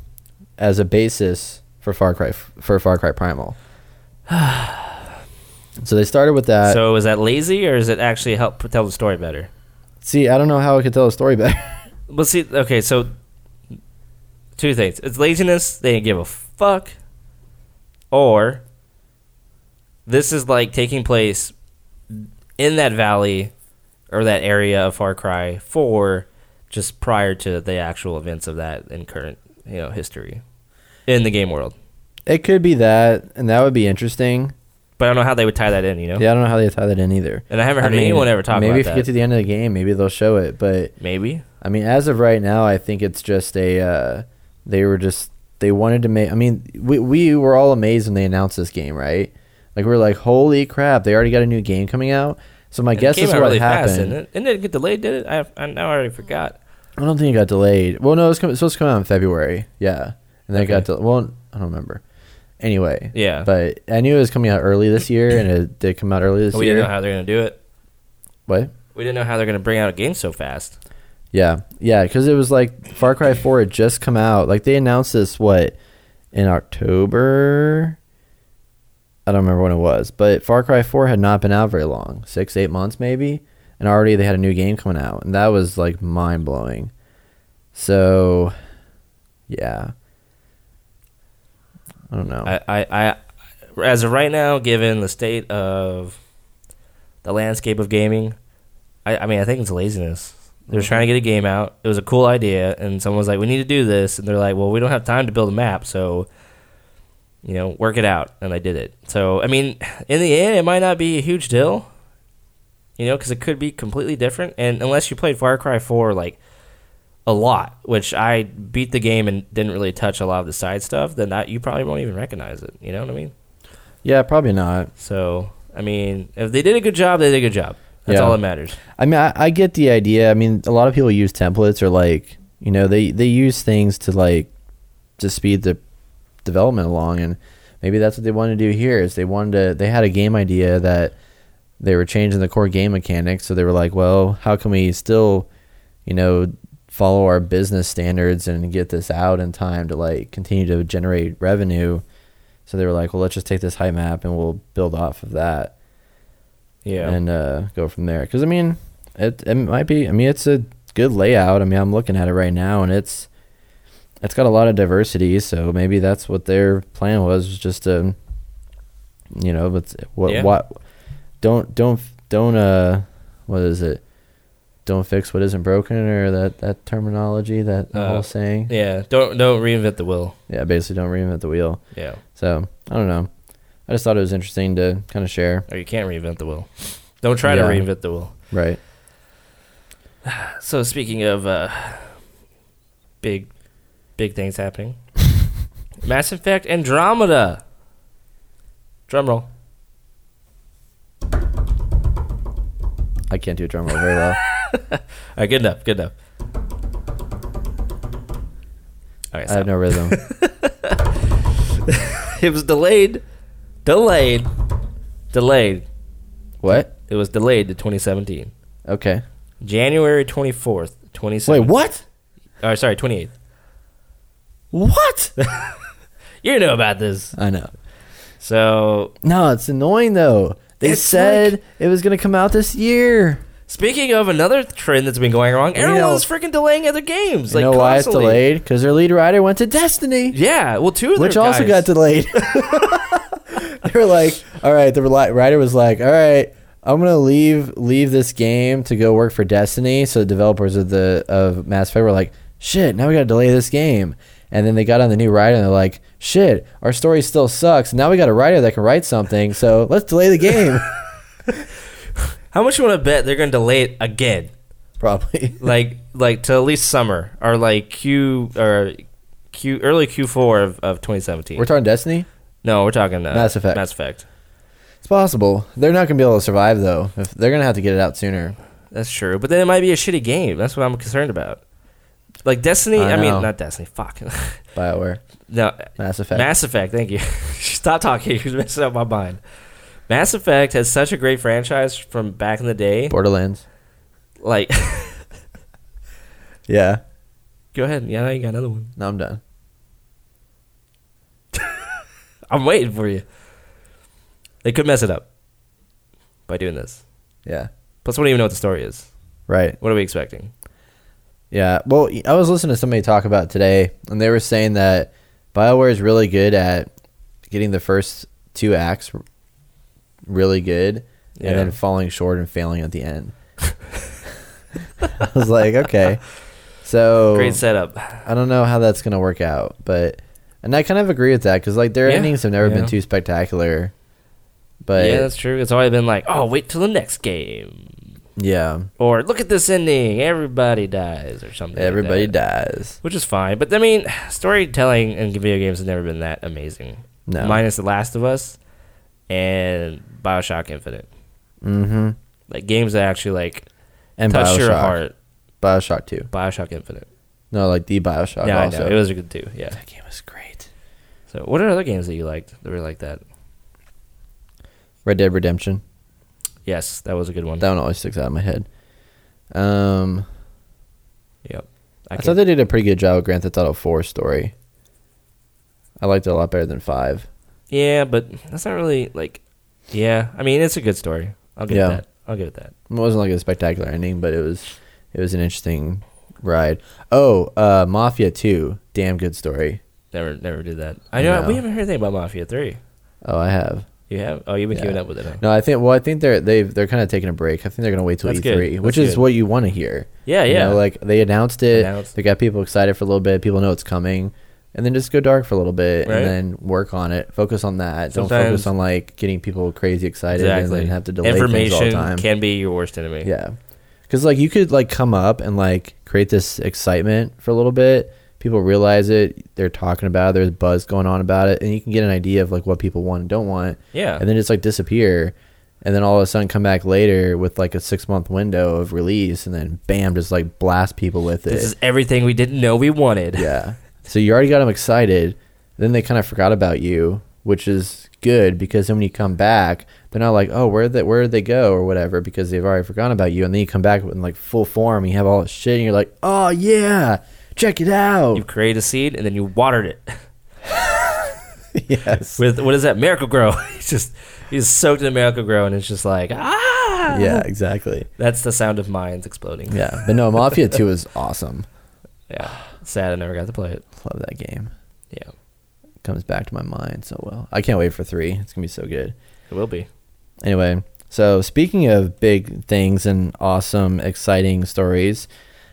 S1: as a basis for Far Cry f- for Far Cry Primal. so they started with that.
S2: so is that lazy or is it actually help tell the story better?
S1: See, I don't know how I could tell a story better.
S2: Well, see, okay, so two things: it's laziness; they didn't give a fuck, or this is like taking place in that valley or that area of Far Cry Four, just prior to the actual events of that in current, you know, history in the game world.
S1: it could be that, and that would be interesting.
S2: But I don't know how they would tie that in, you know?
S1: Yeah, I don't know how they tie that in either.
S2: And I haven't
S1: I
S2: heard
S1: mean,
S2: anyone ever talk
S1: maybe
S2: about
S1: if
S2: that.
S1: you get to the end of the game, maybe they'll show it. But
S2: maybe.
S1: I mean, as of right now, I think it's just a uh, they were just they wanted to make. I mean, we we were all amazed when they announced this game, right? Like we were like, holy crap! They already got a new game coming out. So my
S2: And it
S1: guess
S2: came
S1: is
S2: out
S1: what
S2: really
S1: happened.
S2: Fast, didn't, it? And didn't it get delayed, did it? I, I now I already forgot.
S1: I don't think it got delayed. Well, no, it was, com- it was supposed to come out in February. Yeah, and then it got del- well. I don't remember. Anyway,
S2: Yeah.
S1: but I knew it was coming out early this year, and it did come out early this
S2: Oh, we
S1: year.
S2: didn't know how they're gonna do it.
S1: what?
S2: We didn't know how they're gonna bring out a game so fast.
S1: Yeah, yeah, because it was like Far Cry Four had just come out. Like they announced this what in October. I don't remember when it was, but Far Cry Four had not been out very long, six eight months maybe, and already they had a new game coming out, and that was like mind blowing. So, yeah, I don't know.
S2: I, I, I, as of right now, given the state of the landscape of gaming, I, I mean, I think it's laziness. They're trying to get a game out. It was a cool idea, and someone was like, "We need to do this," and they're like, "Well, we don't have time to build a map, so you know, work it out." And they did it. So, I mean, in the end, it might not be a huge deal, you know, because it could be completely different. And unless you played Far Cry Four like a lot, which I beat the game and didn't really touch a lot of the side stuff, then that you probably won't even recognize it. You know what I mean?
S1: yeah, probably not.
S2: So, I mean, if they did a good job, they did a good job. That's
S1: Yeah.
S2: all that matters.
S1: I mean, I, I get the idea. I mean, a lot of people use templates or like, you know, they they use things to like to speed the development along, and maybe that's what they wanted to do here. Is they wanted to they had a game idea that they were changing the core game mechanics, so they were like, well, how can we still, you know, follow our business standards and get this out in time to like continue to generate revenue? So they were like, well, let's just take this high map and we'll build off of that
S2: Yeah.
S1: and uh, go from there. Because I mean, it it might be. I mean, it's a good layout. I mean, I'm looking at it right now, and it's it's got a lot of diversity. So maybe that's what their plan was, was just to you know, but what
S2: Yeah.
S1: what don't don't don't uh what is it? Don't fix what isn't broken, or that that terminology that
S2: Uh,
S1: whole saying.
S2: yeah. Don't don't reinvent the wheel.
S1: Yeah, basically, don't reinvent the wheel.
S2: Yeah.
S1: So I don't know. I just thought it was interesting to kind of share.
S2: Or you can't reinvent the wheel. Don't try
S1: Yeah.
S2: to reinvent the wheel.
S1: Right.
S2: So speaking of uh, big big things happening, Mass Effect Andromeda. Drum roll.
S1: I can't do a drum roll very well.
S2: All right, good enough. Good enough. All right,
S1: I have
S2: stop.
S1: no rhythm.
S2: it was delayed, delayed, delayed.
S1: what?
S2: It was delayed to 2017,
S1: Okay.
S2: January 24th, 2017.
S1: Wait, what?
S2: Oh, sorry, 28th. What? you know about this?
S1: I know.
S2: So
S1: No, it's annoying though. They
S2: It's
S1: said it was gonna come out this year.
S2: Speaking of another trend that's been going wrong,
S1: You know-
S2: everyone's freaking delaying other games.
S1: You
S2: like
S1: know
S2: constantly.
S1: why it's delayed? Because their lead writer went to Destiny,
S2: Yeah, well, two of
S1: which
S2: their
S1: also got
S2: guys-
S1: delayed. they were like, "All right." The li- writer was like, "All right, I'm gonna leave leave this game to go work for Destiny." So the developers of the of Mass Effect were like, "Shit, now we gotta delay this game." And then they got on the new writer and they're like, "Shit, our story still sucks. Now we got a writer that can write something, so let's delay the game."
S2: How much you want to bet they're going to delay it again?
S1: Probably.
S2: like like to at least summer or like Q or Q early Q4 of, of 2017.
S1: We're talking Destiny.
S2: no, we're talking uh,
S1: Mass Effect.
S2: Mass Effect.
S1: It's possible. They're not going to be able to survive though. If they're going to have to get it out sooner.
S2: That's true, but then it might be a shitty game. That's what I'm concerned about. Like Destiny,
S1: I
S2: I, mean
S1: know.
S2: not Destiny. Fuck.
S1: Bioware,
S2: no,
S1: Mass Effect.
S2: Mass Effect. Thank you. Stop talking. You're messing up my mind. Mass Effect has such a great franchise from back in the day.
S1: Borderlands.
S2: Like,
S1: Yeah.
S2: go ahead. Yeah, now you got another one.
S1: No, I'm done.
S2: I'm waiting for you. They could mess it up by doing this.
S1: Yeah.
S2: Plus, we don't even know what the story is.
S1: Right.
S2: What are we expecting?
S1: Yeah. Well, I was listening to somebody talk about it today, and they were saying that Bioware is really good at getting the first two acts r- really good,
S2: Yeah.
S1: and then falling short and failing at the end. I was like, okay. So
S2: Great setup.
S1: I don't know how that's gonna work out, but and I kind of agree with that because like their
S2: Yeah.
S1: endings have never
S2: Yeah.
S1: been too spectacular. But
S2: yeah,
S1: yeah,
S2: that's true. It's always been like, oh, wait till the next game,
S1: yeah
S2: or look at this ending. Everybody dies, or something. like
S1: everybody
S2: that.
S1: dies.
S2: which is fine. But I mean, storytelling in video games has never been that amazing.
S1: No.
S2: minus The Last of Us and Bioshock Infinite,
S1: Mm-hmm.
S2: like games that actually like
S1: And
S2: touch
S1: Bioshock.
S2: your heart.
S1: Bioshock Two.
S2: Bioshock Infinite.
S1: No, like the Bioshock.
S2: yeah,
S1: also.
S2: I know it was a good two. Yeah.
S1: that game was great.
S2: So, what are other games that you liked that were like that?
S1: Red Dead Redemption.
S2: Yes, that was a good one.
S1: That one always sticks out in my head. Um,
S2: Yep.
S1: I,
S2: I,
S1: thought
S2: can't
S1: they did a pretty good job with Grand Theft Auto Four story. I liked it a lot better than Five.
S2: yeah, but that's not really like. Yeah, I mean, it's a good story. I'll give
S1: Yeah.
S2: it that. I'll give it that.
S1: It wasn't like a spectacular ending, but it was it was an interesting ride. Oh, uh, Mafia Two, damn good story.
S2: Never, never did that. I know
S1: No.
S2: we haven't heard anything about Mafia Three.
S1: Oh, I have.
S2: You have? Oh, you've been
S1: Yeah.
S2: keeping up with it. Huh?
S1: No, I think. Well, I think they're they've they're kind of taking a break. I think they're gonna wait till
S2: That's
S1: E
S2: good.
S1: three,
S2: That's
S1: which is
S2: good.
S1: what you want to hear.
S2: Yeah,
S1: You
S2: yeah.
S1: know, like they announced it.
S2: Announced.
S1: They got people excited for a little bit. People know it's coming, and then just go dark for a little bit,
S2: Right.
S1: and then work on it. Focus on that. Don't
S2: Sometimes-
S1: focus on like getting people crazy excited and then have to delay things all the
S2: Information
S1: time.
S2: can be your worst enemy.
S1: Yeah, because like you could like come up and like create this excitement for a little bit. People realize it. They're talking about it. There's buzz going on about it, and you can get an idea of like what people want and don't want,
S2: Yeah.
S1: and then just like disappear, and then all of a sudden come back later with like a six month window of release, and then bam, just like blast people with it.
S2: this is everything we didn't know we wanted.
S1: yeah. So you already got them excited. Then they kind of forgot about you, which is good because then when you come back, they're not like, oh, where did they, where did they go or whatever because they've already forgotten about you. And then you come back in like full form, you have all this shit, and you're like, oh yeah, check it
S2: You
S1: out.
S2: create a seed and then you watered it
S1: yes.
S2: with what is that? Miracle Grow. it's just he's soaked in Miracle Grow and it's just like ah.
S1: Yeah, exactly.
S2: That's the sound of mines exploding.
S1: Yeah, but no, Mafia Two is awesome.
S2: Yeah. Sad I never got to play it.
S1: Love that game.
S2: Yeah.
S1: Comes back to my mind so well. I can't wait for three. It's gonna be so good.
S2: It will be.
S1: Anyway, so speaking of big things and awesome, exciting stories,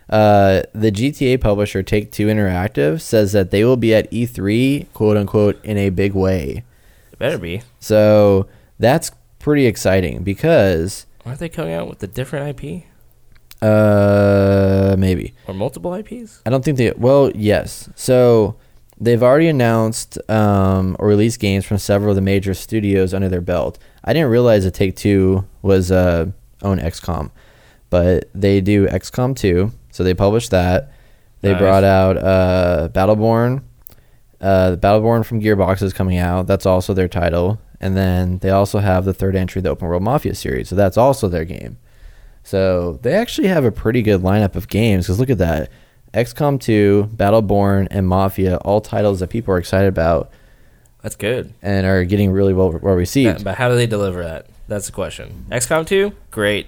S1: uh, the GTA publisher Take Two Interactive says that they will be at E3, quote unquote, in a big way.
S2: It better be.
S1: So that's pretty exciting because
S2: Aren't they coming out with a different IP
S1: uh, maybe
S2: or multiple IPs?
S1: I don't think they. Well, yes. So they've already announced um, or released games from several of the major studios under their belt. I didn't realize that Take Two was uh, own XCOM, but they do XCOM two. So they published that. They
S2: Nice.
S1: brought out uh, Battleborn. Uh, the Battleborn from Gearbox is coming out. That's also their title. And then they also have the third entry, the Open World Mafia series. So that's also their game. So they actually have a pretty good lineup of games because look at that. XCOM 2, Battleborn, and Mafia, all titles that people are excited about
S2: That's good.
S1: and are getting really well, well
S2: Yeah,
S1: received.
S2: but how do they deliver that? That's the question. XCOM 2, great.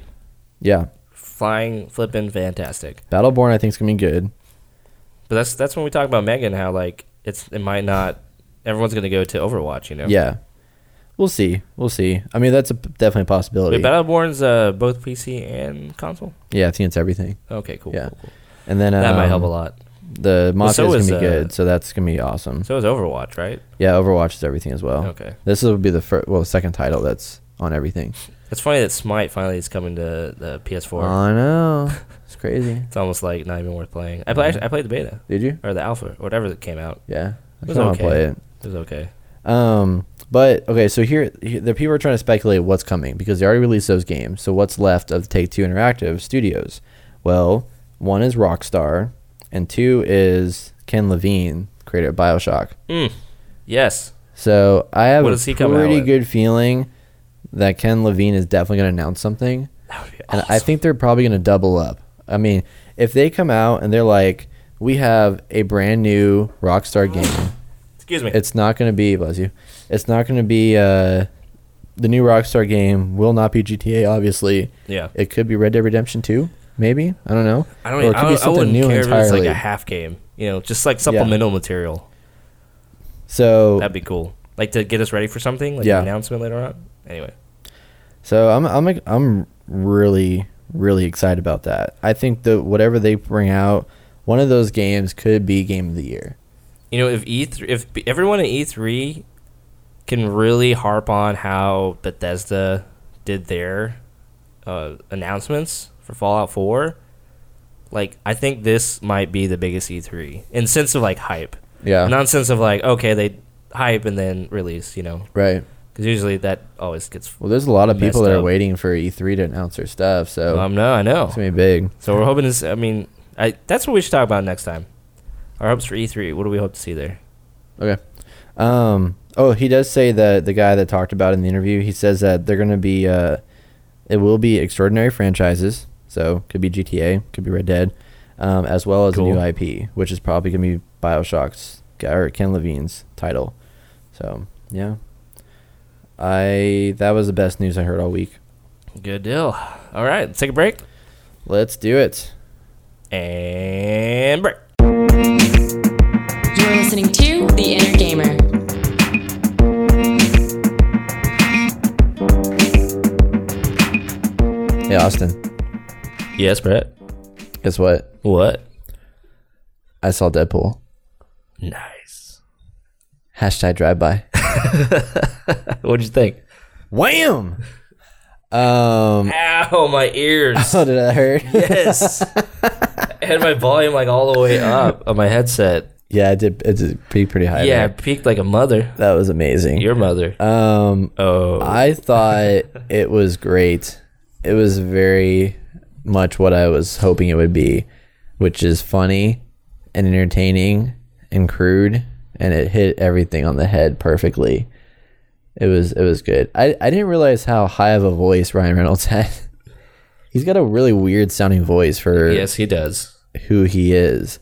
S1: yeah.
S2: Flying, flipping, fantastic.
S1: Battleborn, I think, is going to be good.
S2: But that's that's when we talk about Megan, how like it's it might not everyone's gonna go to Overwatch, you know.
S1: Yeah. We'll see. We'll see. I mean, that's a, definitely a possibility.
S2: Wait, Battleborn's uh both PC and console?
S1: yeah, I think it's everything.
S2: Okay, cool,
S1: Yeah.
S2: cool, cool.
S1: And then
S2: That might help a
S1: um,
S2: lot.
S1: The
S2: Well, so
S1: Mafia is
S2: is,
S1: going to be
S2: uh,
S1: good, so that's going to be awesome.
S2: So is Overwatch, right?
S1: yeah, Overwatch is everything as well.
S2: Okay.
S1: This will be the first, well, second title that's on everything.
S2: It's funny that Smite finally is coming to the PS4.
S1: I know. It's crazy.
S2: it's almost like not even worth playing. I played I played the beta
S1: Did you?
S2: or the alpha or whatever that came out.
S1: Yeah. I
S2: It was
S1: kind of want to
S2: okay.
S1: play it.
S2: It was okay.
S1: Um, but okay, so here, here the people are trying to speculate what's coming because they already released those games. So what's left of Take Two Interactive Studios? Well, one is Rockstar, and two is Ken Levine, creator of Bioshock.
S2: Mm. Yes.
S1: So I have
S2: What
S1: a
S2: does he come out
S1: pretty
S2: with?
S1: good feeling that Ken Levine is definitely going to announce something,
S2: That would be
S1: and
S2: awesome.
S1: I think they're probably going to double up. I mean, if they come out and they're like, "We have a brand new Rockstar game."
S2: Excuse me.
S1: it's not going to be bless you. It's not going to be uh, the new Rockstar game. Will not be GTA, obviously.
S2: yeah.
S1: It could be Red Dead Redemption Two, maybe. I don't know.
S2: I don't. Even,
S1: it
S2: I, don't- I wouldn't care if it's like a half game. You know, just like supplemental material.
S1: so,
S2: That'd be cool. Like to get us ready for something. Like
S1: Yeah.
S2: an announcement later on. Anyway.
S1: so I'm I'm I'm really really excited about that. I think that whatever they bring out, one of those games could be Game of the Year.
S2: You know, if E three, if b- everyone at E three can really harp on how Bethesda did their uh, announcements for Fallout 4, like I think this might be the biggest E3 in sense of like hype,
S1: Yeah.
S2: not in sense of like okay they hype and then release, you know,
S1: right.
S2: because usually that always gets.
S1: Well, there's a lot of people
S2: Messed
S1: that are
S2: up.
S1: waiting for E3 to announce their stuff, so
S2: Um, no, I know.
S1: it's gonna be big.
S2: So we're hoping this. I mean, I that's what we should talk about next time. Our hopes for E3. What do we hope to see there?
S1: Okay. Um. Oh, he does say that the guy that talked about it in the interview, he says that they're gonna be, uh, it will be extraordinary franchises. So could be GTA, could be Red Dead, um, as well as a
S2: Cool.
S1: new IP, which is probably gonna be Bioshock's or Ken Levine's title. So yeah, I that was the best news I heard all week.
S2: Good deal. All right, let's take a break
S1: Let's do it.
S2: and break.
S3: You're listening to The Inner Gamer.
S1: Hey Austin,
S2: Yes, Brett.
S1: guess what?
S2: What?
S1: I saw Deadpool.
S2: Nice.
S1: Hashtag drive by.
S2: What'd you think?
S1: Wham. Um.
S2: Ow, my ears.
S1: Oh, did that hurt?
S2: yes. I had my volume like all the way up on my headset.
S1: Yeah, it did. It did peak pretty high.
S2: yeah, I
S1: there.
S2: peaked like a mother.
S1: that was amazing.
S2: Your mother.
S1: um,
S2: oh.
S1: I thought it was great. It was very much what I was hoping it would be, which is funny and entertaining and crude, and it hit everything on the head perfectly. It was it was good. I I didn't realize how high of a voice Ryan Reynolds had. He's got a really weird sounding voice for
S2: yes, he does.
S1: who he is.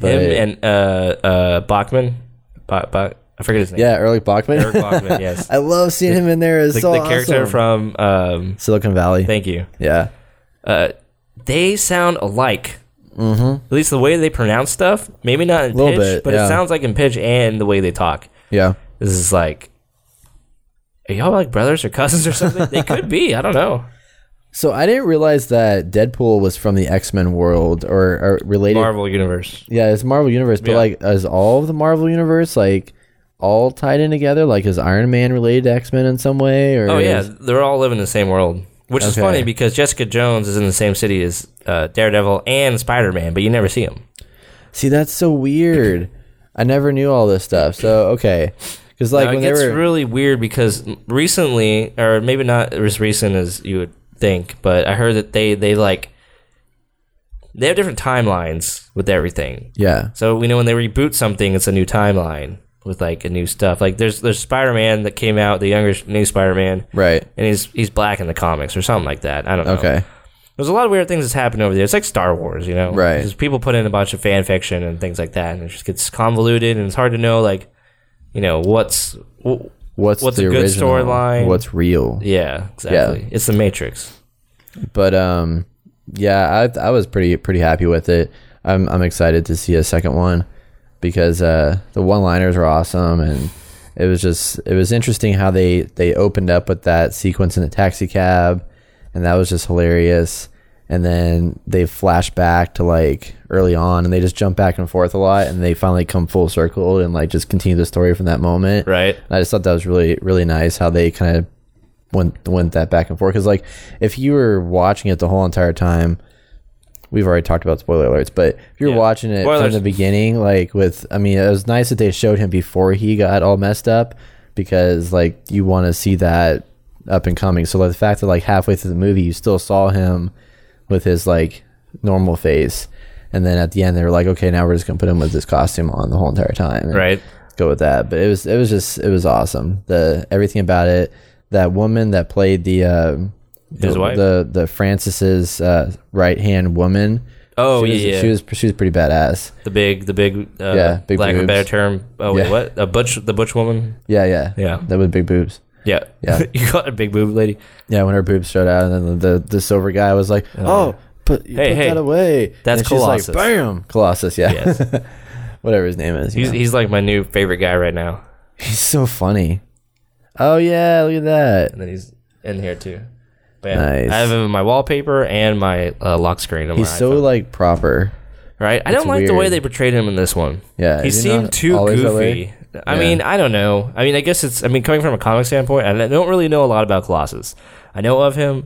S1: But-
S2: Him and uh uh Bachman. Ba- ba- I forget his name.
S1: yeah, Erlich Bachman.
S2: Eric Bachman, yes.
S1: I love seeing him in there. It's
S2: the,
S1: so
S2: the character
S1: awesome.
S2: from um
S1: Silicon Valley.
S2: thank you
S1: yeah.
S2: uh they sound alike mm-hmm. at least the way they pronounce stuff maybe not in
S1: Little
S2: pitch
S1: bit,
S2: but it
S1: yeah.
S2: sounds like in pitch and the way they talk
S1: Yeah.
S2: this is like are y'all like brothers or cousins or something they could be i don't know
S1: So I didn't realize that Deadpool was from the X Men world or, or related.
S2: marvel universe
S1: Yeah, it's Marvel Universe, but
S2: Yeah.
S1: like, is all of the Marvel Universe like all tied in together? Like, is Iron Man related to X Men in some way? Or
S2: oh yeah
S1: is-
S2: they're all living in the same world which is
S1: Okay.
S2: funny because jessica jones is in the same city as uh, daredevil and spider-man but you never see them
S1: See, that's so weird. I never knew all this stuff. So okay, because like
S2: Now,
S1: when
S2: it
S1: they
S2: gets
S1: were
S2: really weird because recently, or maybe not as recent as you would think, but I heard that they they like they have different timelines with everything.
S1: yeah,
S2: So we know when they reboot something, it's a new timeline with like a new stuff. Like there's there's Spider Man that came out, the younger new Spider Man,
S1: right,
S2: and he's he's black in the comics or something like that. I don't know.
S1: okay,
S2: There's a lot of weird things that's happened over there. It's like Star Wars, you know?
S1: Right.
S2: Just people put in a bunch of fan fiction and things like that, and it just gets convoluted, and it's hard to know, like, you know, what's. wh-
S1: what's
S2: What's
S1: the
S2: a good
S1: original?
S2: storyline?
S1: What's real?
S2: yeah, exactly. It's the Matrix.
S1: but um yeah i i was pretty pretty happy with it i'm i'm excited to see a second one because uh the one liners were awesome and it was just it was interesting how they they opened up with that sequence in the taxi cab and that was just hilarious and then they flash back to like early on and they just jump back and forth a lot and they finally come full circle and like just continue the story from that moment
S2: Right.
S1: and I just thought that was really really nice how they kind of went went that back and forth because like if you were watching it the whole entire time, we've already talked about spoiler alerts, but if you're
S2: Yeah.
S1: watching it
S2: Spoilers.
S1: from the beginning, like with I mean it was nice that they showed him before he got all messed up because like you want to see that up and coming. So like, the fact that like halfway through the movie you still saw him with his like normal face. And then at the end, they were like, "Okay, now we're just gonna put him with this costume on the whole entire time." And
S2: Right.
S1: go with that. But it was it was just it was awesome. The everything about it. That woman that played the uh,
S2: His
S1: the,
S2: wife?
S1: the the Francis's uh, right hand woman.
S2: Oh,
S1: she was,
S2: yeah, yeah.
S1: she was she was pretty badass.
S2: The big, the big, uh,
S1: Yeah, big
S2: lack of a
S1: boobs.
S2: better term. Oh, wait,
S1: Yeah.
S2: what? A butch, the butch woman?
S1: Yeah, yeah,
S2: Yeah.
S1: That was big boobs.
S2: Yeah.
S1: Yeah.
S2: you got a big boob lady.
S1: Yeah, when her boobs showed out, and then the the, the silver guy was like, "Oh, put,
S2: Hey,
S1: put
S2: hey,
S1: that away."
S2: that's
S1: and she's
S2: Colossus.
S1: Like, Bam, Colossus. Yeah,
S2: Yes.
S1: whatever his name is. you
S2: he's,
S1: know.
S2: he's like my new favorite guy right now.
S1: he's so funny. Oh yeah, look at that.
S2: And then he's in here too. But yeah,
S1: Nice.
S2: I have him in my wallpaper and my uh, lock screen. On
S1: He's
S2: my
S1: so
S2: iPhone.
S1: like proper.
S2: right. I don't like the
S1: weird.
S2: way they portrayed him in this one.
S1: Yeah,
S2: he
S1: is he
S2: seemed
S1: not
S2: too
S1: always that
S2: goofy.
S1: way?
S2: I
S1: Yeah.
S2: mean, I don't know. I mean, I guess it's. I mean, coming from a comic standpoint, I don't really know a lot about Colossus. I know of him,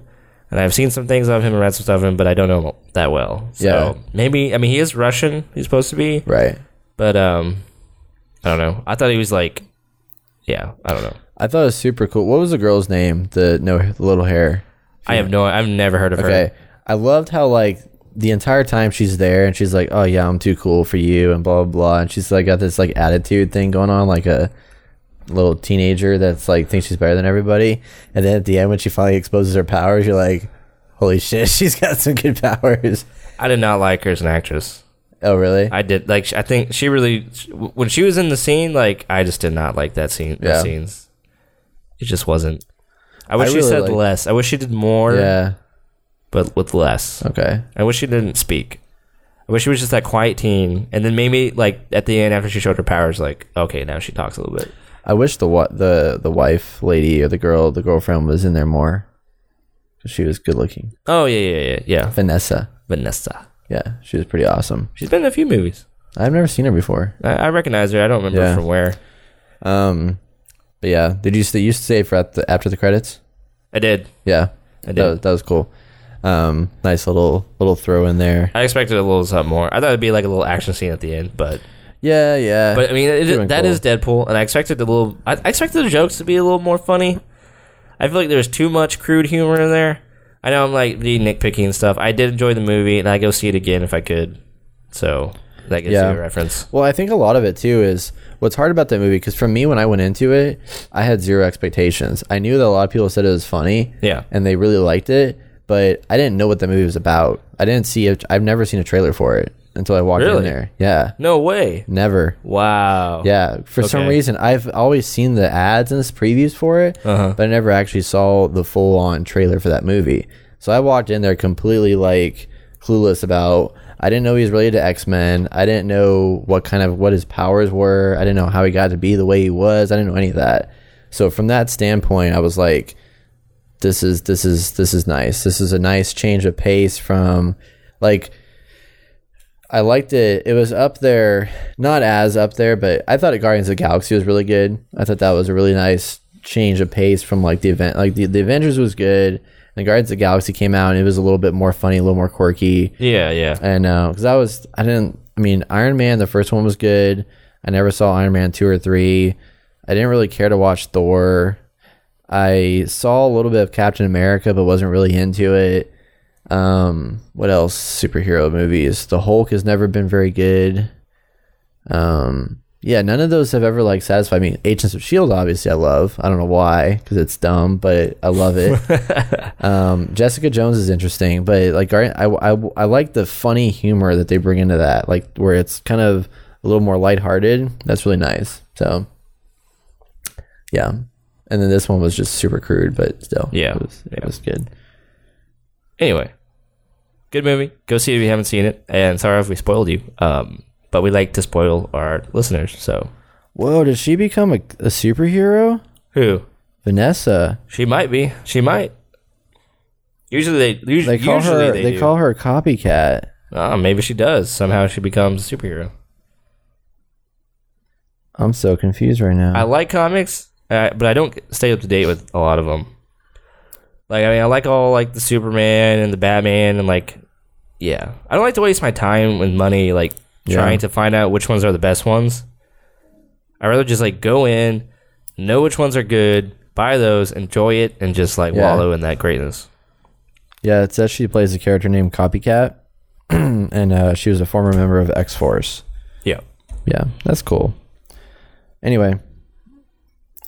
S2: and I've seen some things of him and read some stuff of him, but I don't know him that well. So
S1: Yeah.
S2: maybe I mean he is Russian. He's supposed to be,
S1: Right.
S2: but um, I don't know. I thought he was like, yeah, I don't know.
S1: I thought it was super cool. What was the girl's name? The no the little hair.
S2: I have no. I've never heard of
S1: Okay.
S2: her.
S1: I loved how like the entire time she's there and she's like, "Oh yeah, I'm too cool for you," and blah blah blah. And she's like got this like attitude thing going on, like a little teenager that's like thinks she's better than everybody. And then at the end, when she finally exposes her powers, you're like, "Holy shit, she's got some good powers."
S2: I did not like her as an actress.
S1: Oh really?
S2: I did like. sh- I think she really sh- when she was in the scene. Like I just did not like that scene. The
S1: Yeah.
S2: scenes. It just wasn't. I wish
S1: I
S2: she
S1: really
S2: said
S1: like-
S2: less. I wish she did more,
S1: yeah.
S2: but with less.
S1: Okay.
S2: I wish she didn't speak. I wish she was just that quiet teen, and then maybe like at the end after she showed her powers, like okay, now she talks a little bit.
S1: I wish the what the the wife lady or the girl the girlfriend was in there more. 'Cause She was good looking.
S2: Oh yeah, yeah, yeah, yeah.
S1: Vanessa.
S2: Vanessa.
S1: Yeah, she was pretty awesome.
S2: She's been in a few movies.
S1: I've never seen her before.
S2: I, I recognize her. I don't remember
S1: Yeah.
S2: from where.
S1: Um, but yeah, did you st- you stay for at the, after the credits?
S2: I did.
S1: Yeah,
S2: I did.
S1: that was, that was cool. Um, nice little little throw in there.
S2: I expected a little something more. I thought it'd be like a little action scene at the end, but
S1: Yeah, yeah.
S2: But I mean,
S1: Doing
S2: it, that
S1: cool.
S2: is Deadpool, and I expected the little. I, I expected the jokes to be a little more funny. I feel like there's too much crude humor in there. I know I'm like being nitpicky and stuff. I did enjoy the movie, and I go see it again if I could. So that gives
S1: Yeah.
S2: you a reference.
S1: well, I think a lot of it too is what's hard about that movie because for me when I went into it, I had zero expectations. I knew that a lot of people said it was funny.
S2: Yeah.
S1: and they really liked it, but I didn't know what the movie was about. I didn't see it. I've never seen a trailer for it until I walked in
S2: Really?
S1: there. Yeah,
S2: No way!
S1: never.
S2: Wow.
S1: Yeah, for some
S2: Oh. Okay.
S1: reason I've always seen the ads and the previews for it,
S2: Uh-huh.
S1: but I never actually saw the full on trailer for that movie. So I walked in there completely like clueless about. I didn't know he was related to X Men. I didn't know what kind of what his powers were. I didn't know how he got to be the way he was. I didn't know any of that. So from that standpoint, I was like, this is this is this is nice. This is a nice change of pace from like I liked it. It was up there, not as up there, but I thought Guardians of the Galaxy was really good. I thought that was a really nice change of pace from like the event. Like the, the Avengers was good, and Guardians of the Galaxy came out, and it was a little bit more funny, a little more quirky.
S2: Yeah, yeah.
S1: And because I was, I didn't. I mean, Iron Man, the first one was good. I never saw Iron Man two or three. I didn't really care to watch Thor. I saw a little bit of Captain America, but wasn't really into it. Um, what else? Superhero movies. The Hulk has never been very good. Um, yeah, none of those have ever like satisfied me. Agents of Shield, obviously, I love. I don't know why, because it's dumb, but I love it. Um, Jessica Jones is interesting, but like Guardian, I, I, I like the funny humor that they bring into that, like where it's kind of a little more lighthearted. That's really nice. So, yeah. And then this one was just super crude, but still,
S2: Yeah.
S1: it was, it
S2: Yeah.
S1: was good.
S2: Anyway, good movie. Go see it if you haven't seen it. And sorry if we spoiled you. Um, but we like to spoil our listeners. So
S1: Whoa, did she become a, a superhero?
S2: who?
S1: Vanessa.
S2: She might be. She might. Usually they usually,
S1: They call
S2: usually
S1: her.
S2: they,
S1: They,
S2: do.
S1: call her a copycat.
S2: Ah, maybe she does. Somehow she becomes a superhero.
S1: I'm so confused right now.
S2: I like comics, uh, but I don't stay up to date with a lot of them. Like I mean, I like all like the Superman and the Batman and like yeah. I don't like to waste my time and money like
S1: Yeah.
S2: trying to find out which ones are the best ones. I rather just like go in, know which ones are good, buy those, enjoy it, and just like
S1: Yeah.
S2: wallow in that greatness.
S1: yeah, it says she plays a character named Copycat, and uh, she was a former member of X Force.
S2: Yeah.
S1: Yeah, that's cool. Anyway,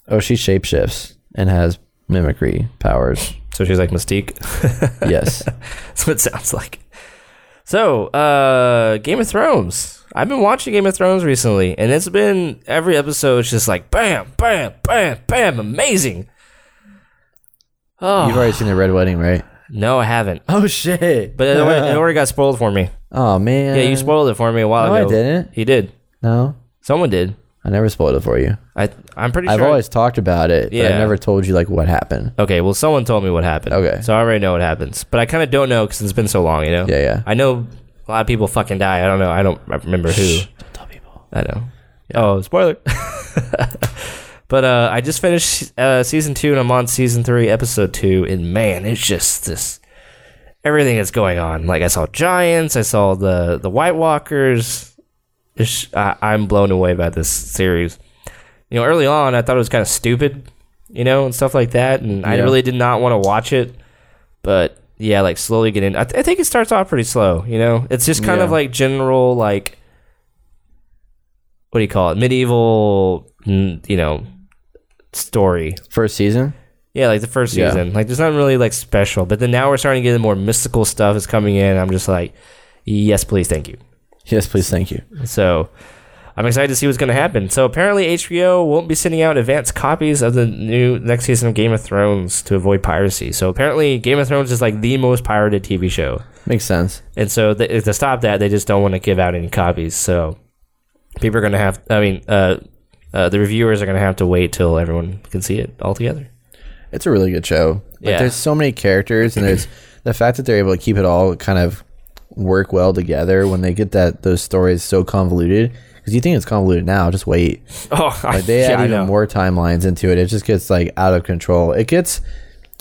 S1: oh, she shapeshifts and has mimicry powers.
S2: So she's like Mystique.
S1: yes.
S2: That's what it sounds like. So, uh, Game of Thrones. I've been watching Game of Thrones recently, and it's been every episode is just like bam, bam, bam, bam, amazing.
S1: You've
S2: Oh
S1: already seen the red wedding, right?
S2: no, I haven't.
S1: Oh shit.
S2: But it already, it already got spoiled for me.
S1: oh man.
S2: Yeah, you spoiled it for me a while
S1: No, I
S2: ago.
S1: didn't.
S2: He did.
S1: No,
S2: Someone did.
S1: I never spoiled it for you.
S2: I I'm pretty
S1: I've
S2: sure.
S1: always talked about it, but I
S2: Yeah.
S1: never told you like what happened.
S2: okay, well, someone told me what happened.
S1: Okay.
S2: so I already know what happens, but I kind of don't know because it's been so long, you know.
S1: Yeah, yeah.
S2: I know a lot of people fucking die. I don't know. I don't remember who.
S1: Don't tell people.
S2: I know. Oh, spoiler. but uh, I just finished uh, season two, and I'm on season three, episode two, and man, it's just this everything that's going on. Like I saw giants, I saw the the White Walkers. It's, I, I'm blown away by this series. You know, early on, I thought it was kind of stupid, you know, and stuff like that, and I
S1: Yeah.
S2: really did not want to watch it. But yeah, like slowly get in. I, th- I think it starts off pretty slow. You know, it's just kind of
S1: Yeah.
S2: like general like what do you call it? Medieval, mm, you know, story.
S1: First season.
S2: Yeah, like the first
S1: Yeah.
S2: season. Like there's nothing really like special, but then now we're starting to get more mystical stuff is coming in. I'm just like, yes, please, thank you.
S1: Yes, please. Thank you.
S2: So I'm excited to see what's going to happen. So apparently HBO won't be sending out advanced copies of the new next season of Game of Thrones to avoid piracy. So apparently Game of Thrones is like the most pirated TV show.
S1: Makes sense.
S2: And so th- to stop that, they just don't want to give out any copies. So people are going to have, I mean, uh, uh, the reviewers are going to have to wait till everyone can see it all together.
S1: It's a really good show. Like,
S2: Yeah.
S1: There's so many characters, and there's the fact that they're able to keep it all kind of work well together when they get that those stories so convoluted. Because you think it's convoluted now, just wait.
S2: Oh, I,
S1: Like they
S2: yeah,
S1: add
S2: I
S1: even
S2: know.
S1: more timelines into it. It just gets like out of control. It gets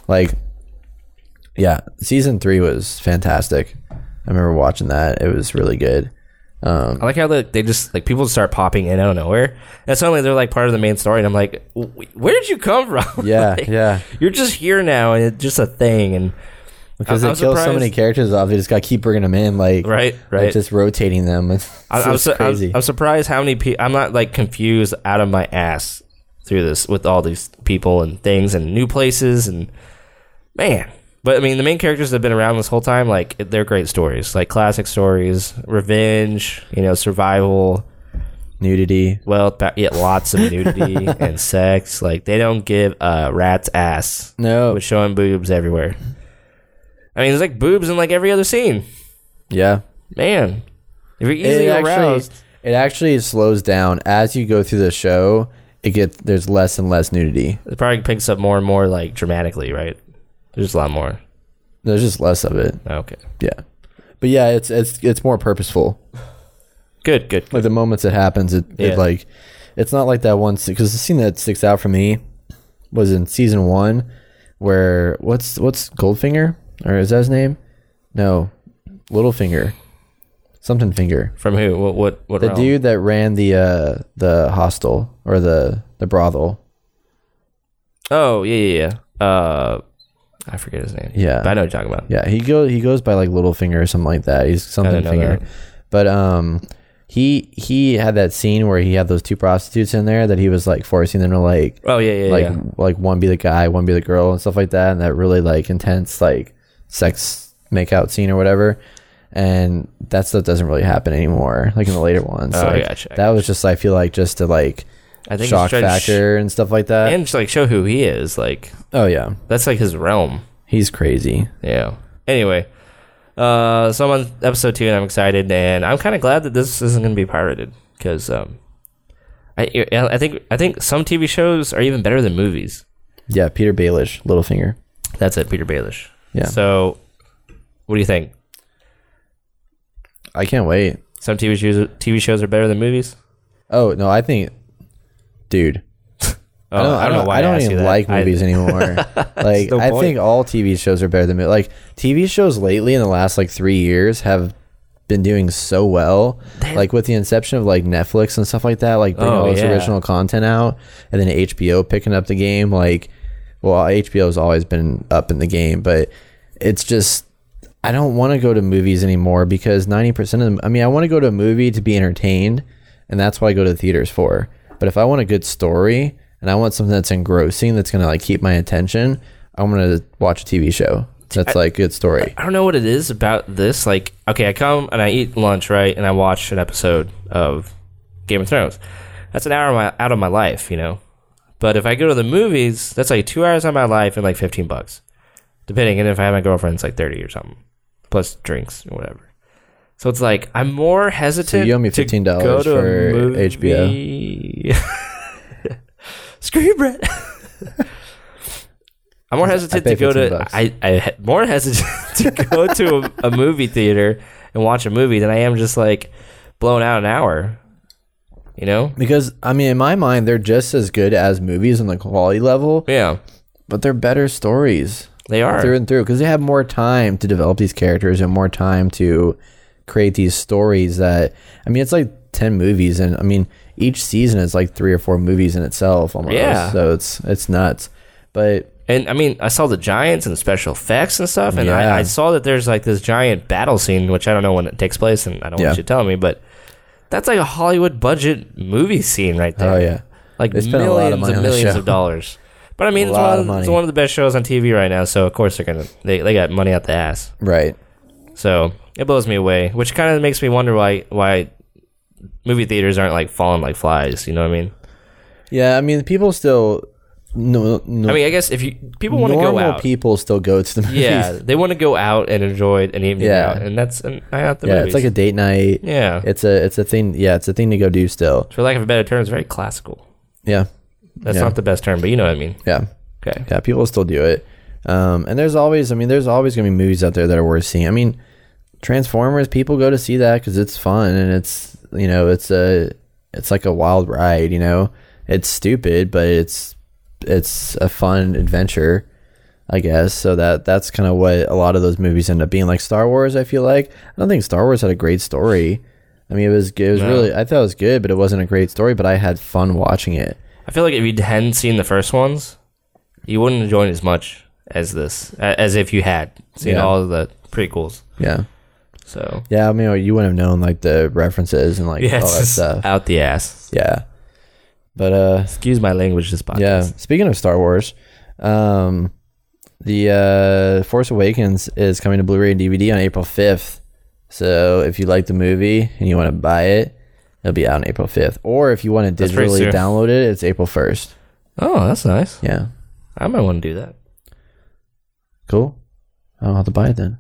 S1: like, yeah, season three was fantastic. I remember watching that. It was really good. Um,
S2: I like how they, they just like people start popping in out of nowhere, and suddenly they're like part of the main story. And I'm like, "W- where did you come from?
S1: yeah,
S2: Like,
S1: yeah.
S2: you're just here now, and it's just a thing. And
S1: Because
S2: I-
S1: they
S2: I'm
S1: kill so many
S2: surprised-
S1: characters off, they just got to keep bringing them in. Like
S2: Right,
S1: like,
S2: right.
S1: just rotating them. It's,
S2: I, I'm,
S1: just
S2: su- I'm-
S1: crazy.
S2: I'm, surprised how many people. I'm not like confused out of my ass through this with all these people and things and new places and man. But I mean, the main characters that have been around this whole time, like they're great stories, like classic stories, revenge, you know, survival,
S1: Nudity.
S2: wealth, ba- yeah, lots of nudity and sex. Like they don't give a rat's ass
S1: No.
S2: with showing boobs everywhere. I mean, there's like boobs in like every other scene.
S1: yeah.
S2: Man, if you're easily
S1: It actually,
S2: aroused,
S1: it actually slows down as you go through the show. It gets there's less and less nudity.
S2: it probably picks up more and more like dramatically, right? There's a lot more.
S1: There's just less of it.
S2: Okay,
S1: Yeah. But yeah, it's it's it's more purposeful.
S2: good, good.
S1: Like the moments it happens, it,
S2: Yeah.
S1: it like it's not like that one because the scene that sticks out for me was in season one where what's what's Goldfinger or is that his name? No, Littlefinger, something finger.
S2: From who? What? What? What?
S1: The
S2: realm?
S1: dude that ran the uh the hostel or the the brothel.
S2: Oh yeah, yeah, yeah. Uh, I forget his name.
S1: Yeah.
S2: but I know what you're talking about.
S1: Yeah, he go he goes by like Littlefinger or something like that. He's something
S2: know
S1: finger.
S2: that.
S1: But um he he had that scene where he had those two prostitutes in there that he was like forcing them to like
S2: Oh yeah, yeah,
S1: like
S2: yeah.
S1: like one be the guy, one be the girl and stuff like that and that really like intense like sex makeout scene or whatever. And that stuff doesn't really happen anymore, like in the later ones.
S2: Oh, I
S1: Like,
S2: gotcha, I
S1: that was just I feel like just to like
S2: I think
S1: shock
S2: he's trying to sh-
S1: factor and stuff like that.
S2: and just, like show who he is. Like
S1: oh yeah.
S2: that's like his realm.
S1: He's crazy.
S2: Yeah. Anyway, uh, so I'm on episode two, and I'm excited, and I'm kind of glad that this isn't going to be pirated because um, I I think I think some TV shows are even better than movies.
S1: Yeah, Peter Baelish, Littlefinger.
S2: That's it, Peter Baelish.
S1: Yeah.
S2: So, what do you think?
S1: I can't wait.
S2: Some TV shows TV shows are better than movies.
S1: Oh no, I think, dude.
S2: Oh,
S1: I don't, I don't, I don't
S2: asked you
S1: even
S2: that.
S1: like
S2: I-
S1: movies anymore. like
S2: the
S1: I
S2: point.
S1: think all TV shows are better than mo- like TV shows lately in the last like three years have been doing so well. like with the inception of like Netflix and stuff like that, like bringing
S2: Oh,
S1: all this
S2: yeah.
S1: original content out, and then HBO picking up the game. Like, well, HBO's always been up in the game, but it's just I don't want to go to movies anymore because 90% of them, I mean, I want to go to a movie to be entertained, and that's what I go to the theaters for. But if I want a good story and I want something that's engrossing that's going to like keep my attention, I'm going to watch a TV show that's like good story.
S2: I don't know what it is about this. Like, okay, I come and I eat lunch, right, and I watch an episode of Game of Thrones. That's an hour of my, out of my life, you know. But if I go to the movies, that's like two hours out of my life and like fifteen bucks, depending. And if I have my girlfriend, it's like thirty or something, plus drinks or whatever. So it's like I'm more hesitant.
S1: you owe me
S2: to
S1: $15
S2: go to a
S1: for HBO.
S2: movie- Screw you, Brett. I'm more hesitant
S1: pay
S2: to go
S1: 15
S2: to
S1: bucks.
S2: I, I he- more hesitant to go to a, a movie theater and watch a movie than I am just like blown out an hour. You know?
S1: Because I mean, in my mind, they're just as good as movies on the quality level,
S2: Yeah,
S1: but they're better stories
S2: they are.
S1: through and through because they have more time to develop these characters and more time to create these stories. That I mean, it's like ten movies, and I mean, each season is like three or four movies in itself almost.
S2: Yeah.
S1: So it's it's nuts, but
S2: And I mean, I saw the giants and the special effects and stuff, and
S1: Yeah.
S2: I, I saw that there's like this giant battle scene, which I don't know when it takes place, and I don't
S1: Yeah.
S2: want you to tell me, but that's like a Hollywood budget movie scene right there.
S1: oh yeah,
S2: like
S1: They spent a
S2: millions
S1: lot of money
S2: and
S1: on the
S2: millions
S1: show.
S2: of dollars. But I mean,
S1: A
S2: it's
S1: lot
S2: one,
S1: of
S2: of the- it's
S1: money.
S2: one of the best shows on TV right now, so of course they're gonna they they got money out the ass.
S1: right.
S2: So it blows me away, which kind of makes me wonder why why movie theaters aren't like falling like flies. You know what I mean?
S1: Yeah, I mean, people still. No, no,
S2: I mean, I guess if you people want to
S1: normal
S2: go out,
S1: people still go to the movies.
S2: yeah, they want to go out and enjoy it and evening
S1: Yeah.
S2: out, and that's and I got the
S1: yeah. It's
S2: movies.
S1: like a date night.
S2: yeah,
S1: It's a it's a thing. Yeah, it's a thing to go do still.
S2: for lack of a better term, it's very classical.
S1: Yeah,
S2: That's
S1: Yeah.
S2: not the best term, but you know what I mean.
S1: yeah,
S2: Okay,
S1: yeah. People still do it. Um, and there's always, I mean, there's always gonna be movies out there that are worth seeing. I mean, Transformers, people go to see that because it's fun and it's you know it's a it's like a wild ride. You know, it's stupid, but it's it's a fun adventure. I guess so that that's kind of what a lot of those movies end up being like Star Wars. I feel like I don't think Star Wars had a great story. I mean, it was it was
S2: No.
S1: really I thought it was good, but it wasn't a great story. But I had fun watching it.
S2: I feel like if you hadn't seen the first ones, you wouldn't enjoy it as much as this, a- as if you had seen
S1: Yeah.
S2: all of the prequels.
S1: Yeah,
S2: So
S1: yeah. I mean, you wouldn't have known like the references and like
S2: yeah,
S1: all
S2: it's
S1: that
S2: just
S1: stuff.
S2: out the ass.
S1: Yeah, but uh,
S2: Excuse my language, this podcast.
S1: yeah. Speaking of Star Wars, um, the uh, Force Awakens is coming to Blu-ray and DVD on April fifth. So if you like the movie and you want to buy it, it'll be out on April fifth. Or if you want to
S2: That's pretty
S1: digitally
S2: soon.
S1: download it, it's April first.
S2: Oh, that's nice.
S1: Yeah,
S2: I might want to do that.
S1: cool. I don't have to buy it then.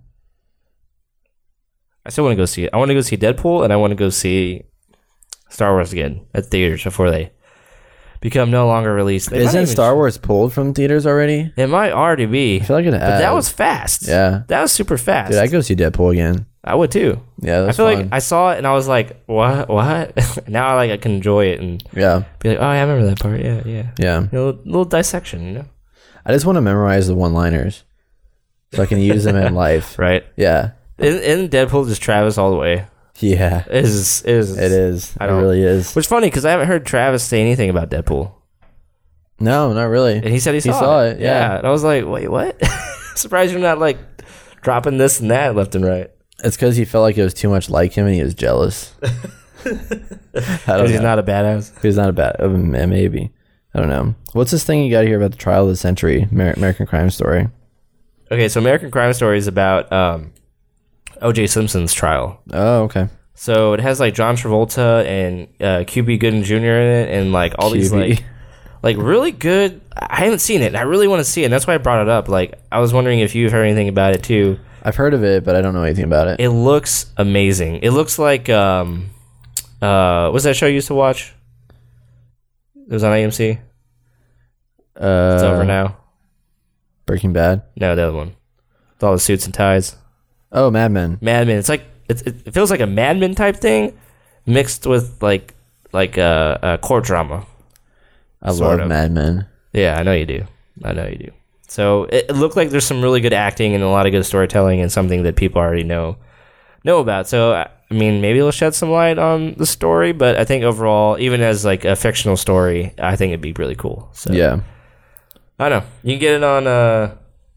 S2: I still want to go see it. I want to go see Deadpool, and I want to go see Star Wars again at theaters before they become no longer released. They might
S1: Isn't
S2: even-
S1: Star Wars pulled from theaters already?
S2: It might already be.
S1: I feel like it
S2: but
S1: has.
S2: that was fast.
S1: Yeah.
S2: that was super fast.
S1: Dude, I go see Deadpool again.
S2: I would too.
S1: Yeah,
S2: I
S1: that's
S2: feel
S1: fun.
S2: like I saw it and I was like, "What? What?" now I like I can enjoy it and
S1: yeah,
S2: be like, "Oh, yeah, I remember that part. Yeah, yeah."
S1: yeah.
S2: You know, little dissection, you know,
S1: I just want to memorize the one-liners so I can use them in life.
S2: right?
S1: Yeah,
S2: In, in Deadpool, just Travis all the way.
S1: yeah.
S2: It is it is
S1: It is.
S2: I
S1: it
S2: don't-
S1: really is.
S2: Which is funny because I haven't heard Travis say anything about Deadpool,
S1: No, not really.
S2: and he said he saw,
S1: saw it, yeah.
S2: and I was like, "Wait, what?" Surprised you're not like dropping this and that left and right.
S1: It's because he felt like it was too much like him, and he was jealous. I don't
S2: Because
S1: know.
S2: he's not a badass.
S1: he's not a bad. uh, m- Maybe I don't know. What's this thing you got to hear about the trial of the century, Amer- American Crime Story?
S2: Okay, so American Crime Story is about um, O.J. Simpson's trial.
S1: Oh, okay.
S2: So it has like John Travolta and uh, QB Gooden Jr. in it, and like all these
S1: QB.
S2: like like really good. I haven't seen it. and I really want to see it. And that's why I brought it up. Like I was wondering if you've heard anything about it too.
S1: I've heard of it, but I don't know anything about it.
S2: It looks amazing. It looks like um, uh, what's that show you used to watch? It was on AMC.
S1: uh,
S2: It's over now.
S1: Breaking Bad.
S2: No, the other one. With all the suits and ties.
S1: Oh, Mad Men.
S2: Mad Men. It's like it, it feels like a Mad Men type thing, mixed with like like uh, uh, court drama.
S1: I
S2: Sort
S1: love
S2: of.
S1: Mad Men.
S2: Yeah, I know you do. I know you do. So it, it looked like there's some really good acting and a lot of good storytelling and something that people already know know about. So I I mean, maybe it'll shed some light on the story, but I think overall, even as like a fictional story, I think it'd be really cool. So
S1: Yeah.
S2: I don't know. You can get it on uh,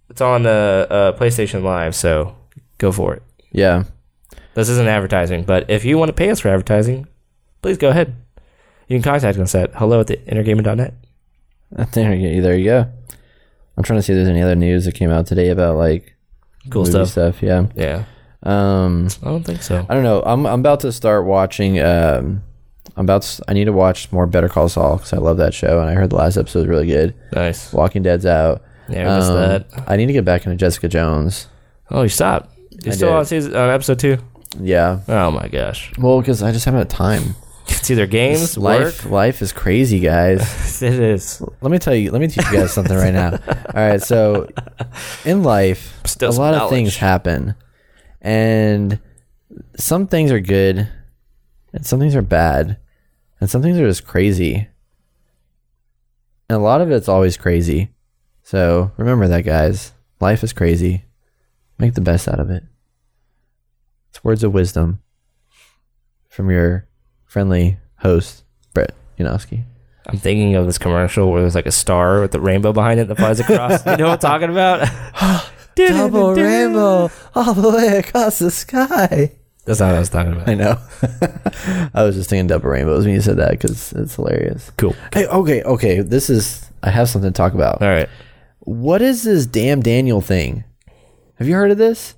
S2: it's on uh, uh PlayStation Live. So go for it.
S1: Yeah.
S2: This isn't advertising, but if you want to pay us for advertising, please go ahead. You can contact us at hello at the intergaming.net.
S1: I think I get- there you go. I'm trying to see if there's any other news that came out today about like
S2: Cool
S1: movie
S2: stuff.
S1: stuff. Yeah.
S2: Yeah.
S1: Um,
S2: I don't think so.
S1: I don't know. I'm I'm about to start watching. Um, I'm about. To, I need to watch more Better Call Saul because I love that show, and I heard the last episode was really good.
S2: Nice.
S1: Walking Dead's out.
S2: Yeah, we missed
S1: Um,
S2: that.
S1: I need to get back into Jessica Jones.
S2: Oh, you stopped. You're
S1: I
S2: still
S1: did.
S2: on season on episode two.
S1: Yeah.
S2: Oh my gosh!
S1: Well, because I just haven't had time.
S2: It's either games,
S1: life,
S2: work.
S1: life is crazy, guys.
S2: It is.
S1: let me tell you. Let me teach you guys something right now. All right. So, in life,
S2: Still
S1: a
S2: some
S1: lot of
S2: knowledge.
S1: things happen, and some things are good, and some things are bad. and some things are just crazy. And a lot of it's always crazy. So remember that, guys. Life is crazy. Make the best out of it. It's words of wisdom from your friendly host, Brett Yanofsky.
S2: I'm thinking of this commercial where there's like a star with the rainbow behind it that flies across. you know what I'm talking about?
S1: Double rainbow all the way across the sky.
S2: That's not what I was talking
S1: I
S2: about.
S1: know. I was just thinking double rainbows when you said that because it's hilarious.
S2: Cool.
S1: Hey, okay, okay. This is. I have something to talk about.
S2: All right.
S1: What is this damn Daniel thing? Have you heard of this?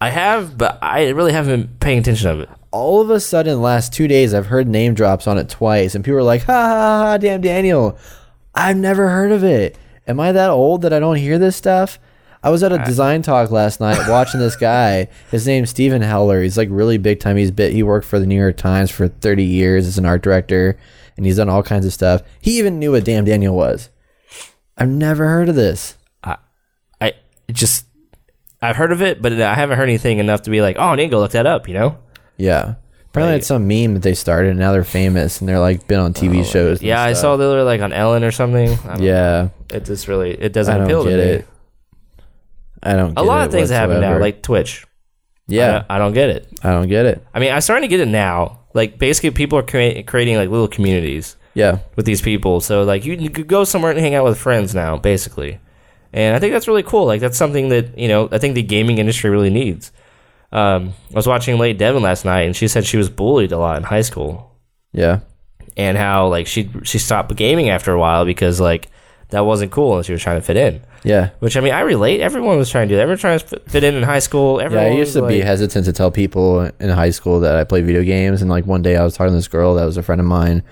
S2: I have, but I really haven't been paying attention of it.
S1: All of a sudden, last two days, I've heard name drops on it twice, and people are like, "Ha ha ha! Damn Daniel! I've never heard of it. Am I that old that I don't hear this stuff?" I was at a design talk last night watching this guy. His name's Stephen Heller. He's like really big time. He's bit. He worked for the New York Times for 30 years as an art director, and he's done all kinds of stuff. He even knew what Damn Daniel was. I've never heard of this.
S2: I it just I've heard of it, but I haven't heard anything enough to be like, oh, I need to go look that up. You know?
S1: Yeah. Apparently,
S2: Like-
S1: it's some meme that they started, and now they're famous, and they're like been on TV shows. and
S2: Oh, Yeah, I
S1: stuff.
S2: saw the other like on Ellen or something. I don't-
S1: Yeah,
S2: it just really it
S1: I
S2: doesn't
S1: don't
S2: appeal to
S1: get
S2: me.
S1: it. I don't.
S2: A
S1: get
S2: lot
S1: it
S2: of things happen now,
S1: whatsoever.
S2: like Twitch. I
S1: yeah,
S2: don't, I don't get it.
S1: I don't get it.
S2: I mean, I'm starting to get it now. Like basically, people are crea- creating like little communities
S1: Yeah,
S2: with these people. So like you, you could go somewhere and hang out with friends now, basically. And I think that's really cool. Like that's something that you know I think the gaming industry really needs. Um, I was watching Lady Devin last night, and she said she was bullied a lot in high school,
S1: yeah,
S2: and how like she she stopped gaming after a while because like that wasn't cool, and she was trying to fit in.
S1: yeah.
S2: Which I mean, I relate. Everyone was trying to do that. Everyone trying to fit- fit in in high school.
S1: Yeah,
S2: Everyone
S1: I
S2: was,
S1: used to be
S2: like-
S1: hesitant to tell people in high school that I play video games, and like one day I was talking to this girl that was a friend of mine,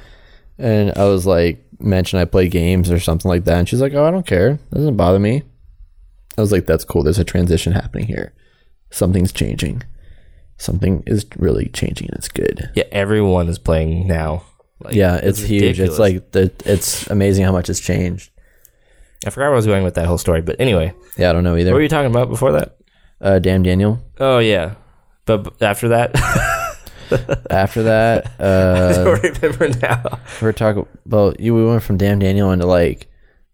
S1: and I was like mentioned I play games or something like that, and she's like, "Oh, I don't care. It doesn't bother me." I was like, "That's cool. There's a transition happening here. Something's changing. Something is really changing. and It's good."
S2: Yeah, everyone is playing now. Like,
S1: Yeah, it's, huge. It's
S2: ridiculous.
S1: like the, it's amazing how much has changed.
S2: I forgot where I was going with that whole story, but anyway,
S1: Yeah, I don't know
S2: what were
S1: either.
S2: you talking about before that?
S1: Uh, damn Daniel.
S2: Oh yeah, but b- after that,
S1: After that,
S2: I
S1: uh,
S2: don't remember now.
S1: we're talking. Well, you we went from damn Daniel into like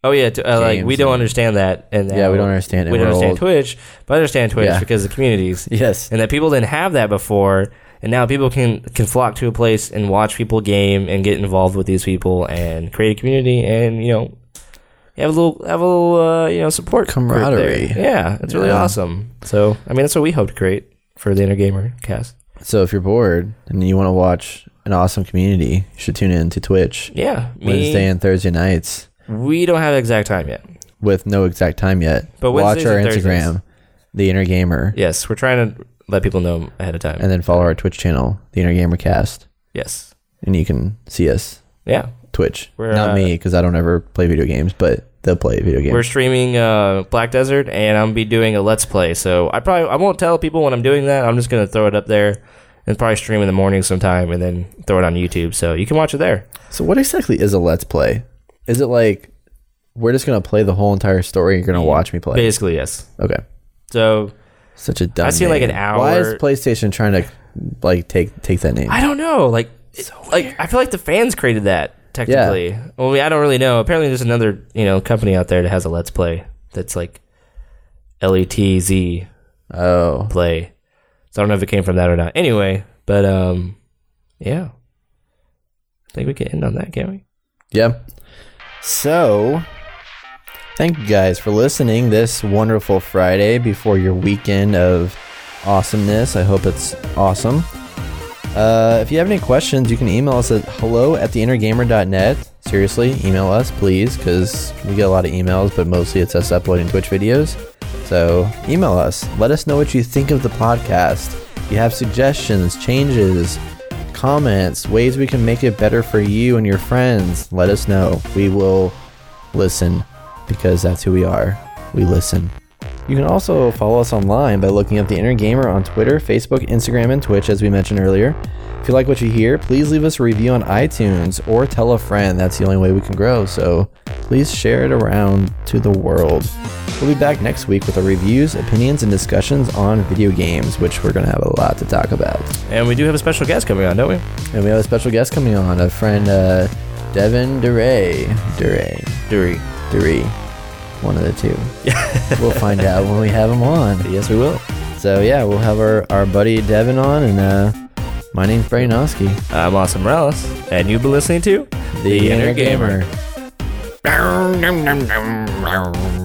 S2: Oh yeah, t- uh, like
S1: Games
S2: we don't
S1: and-
S2: understand that, and
S1: Yeah, we
S2: now
S1: don't understand it.
S2: We don't
S1: We're
S2: understand
S1: old.
S2: Twitch, but I understand Twitch
S1: Yeah.
S2: because of the communities,
S1: yes,
S2: and that people didn't have that before, and now people can can flock to a place and watch people game and get involved with these people and create a community, and you know. Have a little, have a little, uh, you know, support group there.
S1: Camaraderie.
S2: Yeah, it's really
S1: Yeah.
S2: awesome. So, I mean, that's what we hope to create for the Inner Gamer Cast.
S1: So if you're bored and you want to watch an awesome community, you should tune in to Twitch
S2: Yeah, me-
S1: Wednesday and Thursday nights
S2: We don't have the exact time yet.
S1: with no exact time yet.
S2: But
S1: watch
S2: Wednesdays
S1: our
S2: and Thursdays.
S1: Instagram, The Inner Gamer,
S2: Yes, we're trying to let people know ahead of time.
S1: and then follow our Twitch channel, The Inner Gamer Cast,
S2: yes.
S1: and you can see us
S2: Yeah.
S1: Twitch.
S2: We're,
S1: Not
S2: uh,
S1: me because I don't ever play video games, but they'll play video games.
S2: We're streaming uh, Black Desert and I'm be doing a let's play. So I probably I won't tell people when I'm doing that. I'm just gonna throw it up there and probably stream in the morning sometime and then throw it on YouTube. So you can watch it there.
S1: So what exactly is a let's play? Is it like we're just gonna play the whole entire story? and You're gonna watch me play?
S2: Basically, yes.
S1: Okay,
S2: So
S1: such a dumb.
S2: I've seen, like,
S1: name.
S2: an
S1: Why is
S2: hour-
S1: PlayStation trying to like take take that name?
S2: I don't know. Like it- like I feel like the fans created that technically. Well, I, mean, I don't really know. Apparently there's another, you know, company out there that has a let's play that's like L E T Z
S1: Oh,
S2: play. So I don't know if it came from that or not. Anyway, but um, yeah, I think we can end on that, can we?
S1: yeah. So, thank you guys for listening this wonderful Friday before your weekend of awesomeness. I hope it's awesome. Uh, if you have any questions, you can email us at hello at theinnergamer.net. Seriously, email us, please, because we get a lot of emails, but mostly it's us uploading Twitch videos. So email us. Let us know what you think of the podcast. If you have suggestions, changes, comments, ways we can make it better for you and your friends, let us know. We will listen because that's who we are. We listen. You can also follow us online by looking up The Inner Gamer on Twitter, Facebook, Instagram, and Twitch, as we mentioned earlier. If you like what you hear, please leave us a review on iTunes or tell a friend. That's the only way we can grow. So please share it around to the world. We'll be back next week with our reviews, opinions, and discussions on video games, which we're going to have a lot to talk about.
S2: And we do have a special guest coming on, don't we?
S1: And we have a special guest coming on, a friend, uh, Devin Duray. Duray.
S2: Dury.
S1: Dury. One of the two. we'll find out when we have him on.
S2: Yes, we will.
S1: So, yeah, we'll have our, our buddy Devin on, and uh, my name's Brainowski.
S2: I'm Austin Morales, and you've been listening to
S1: The, Inner Gamer.
S4: Dum dum dum dum dum.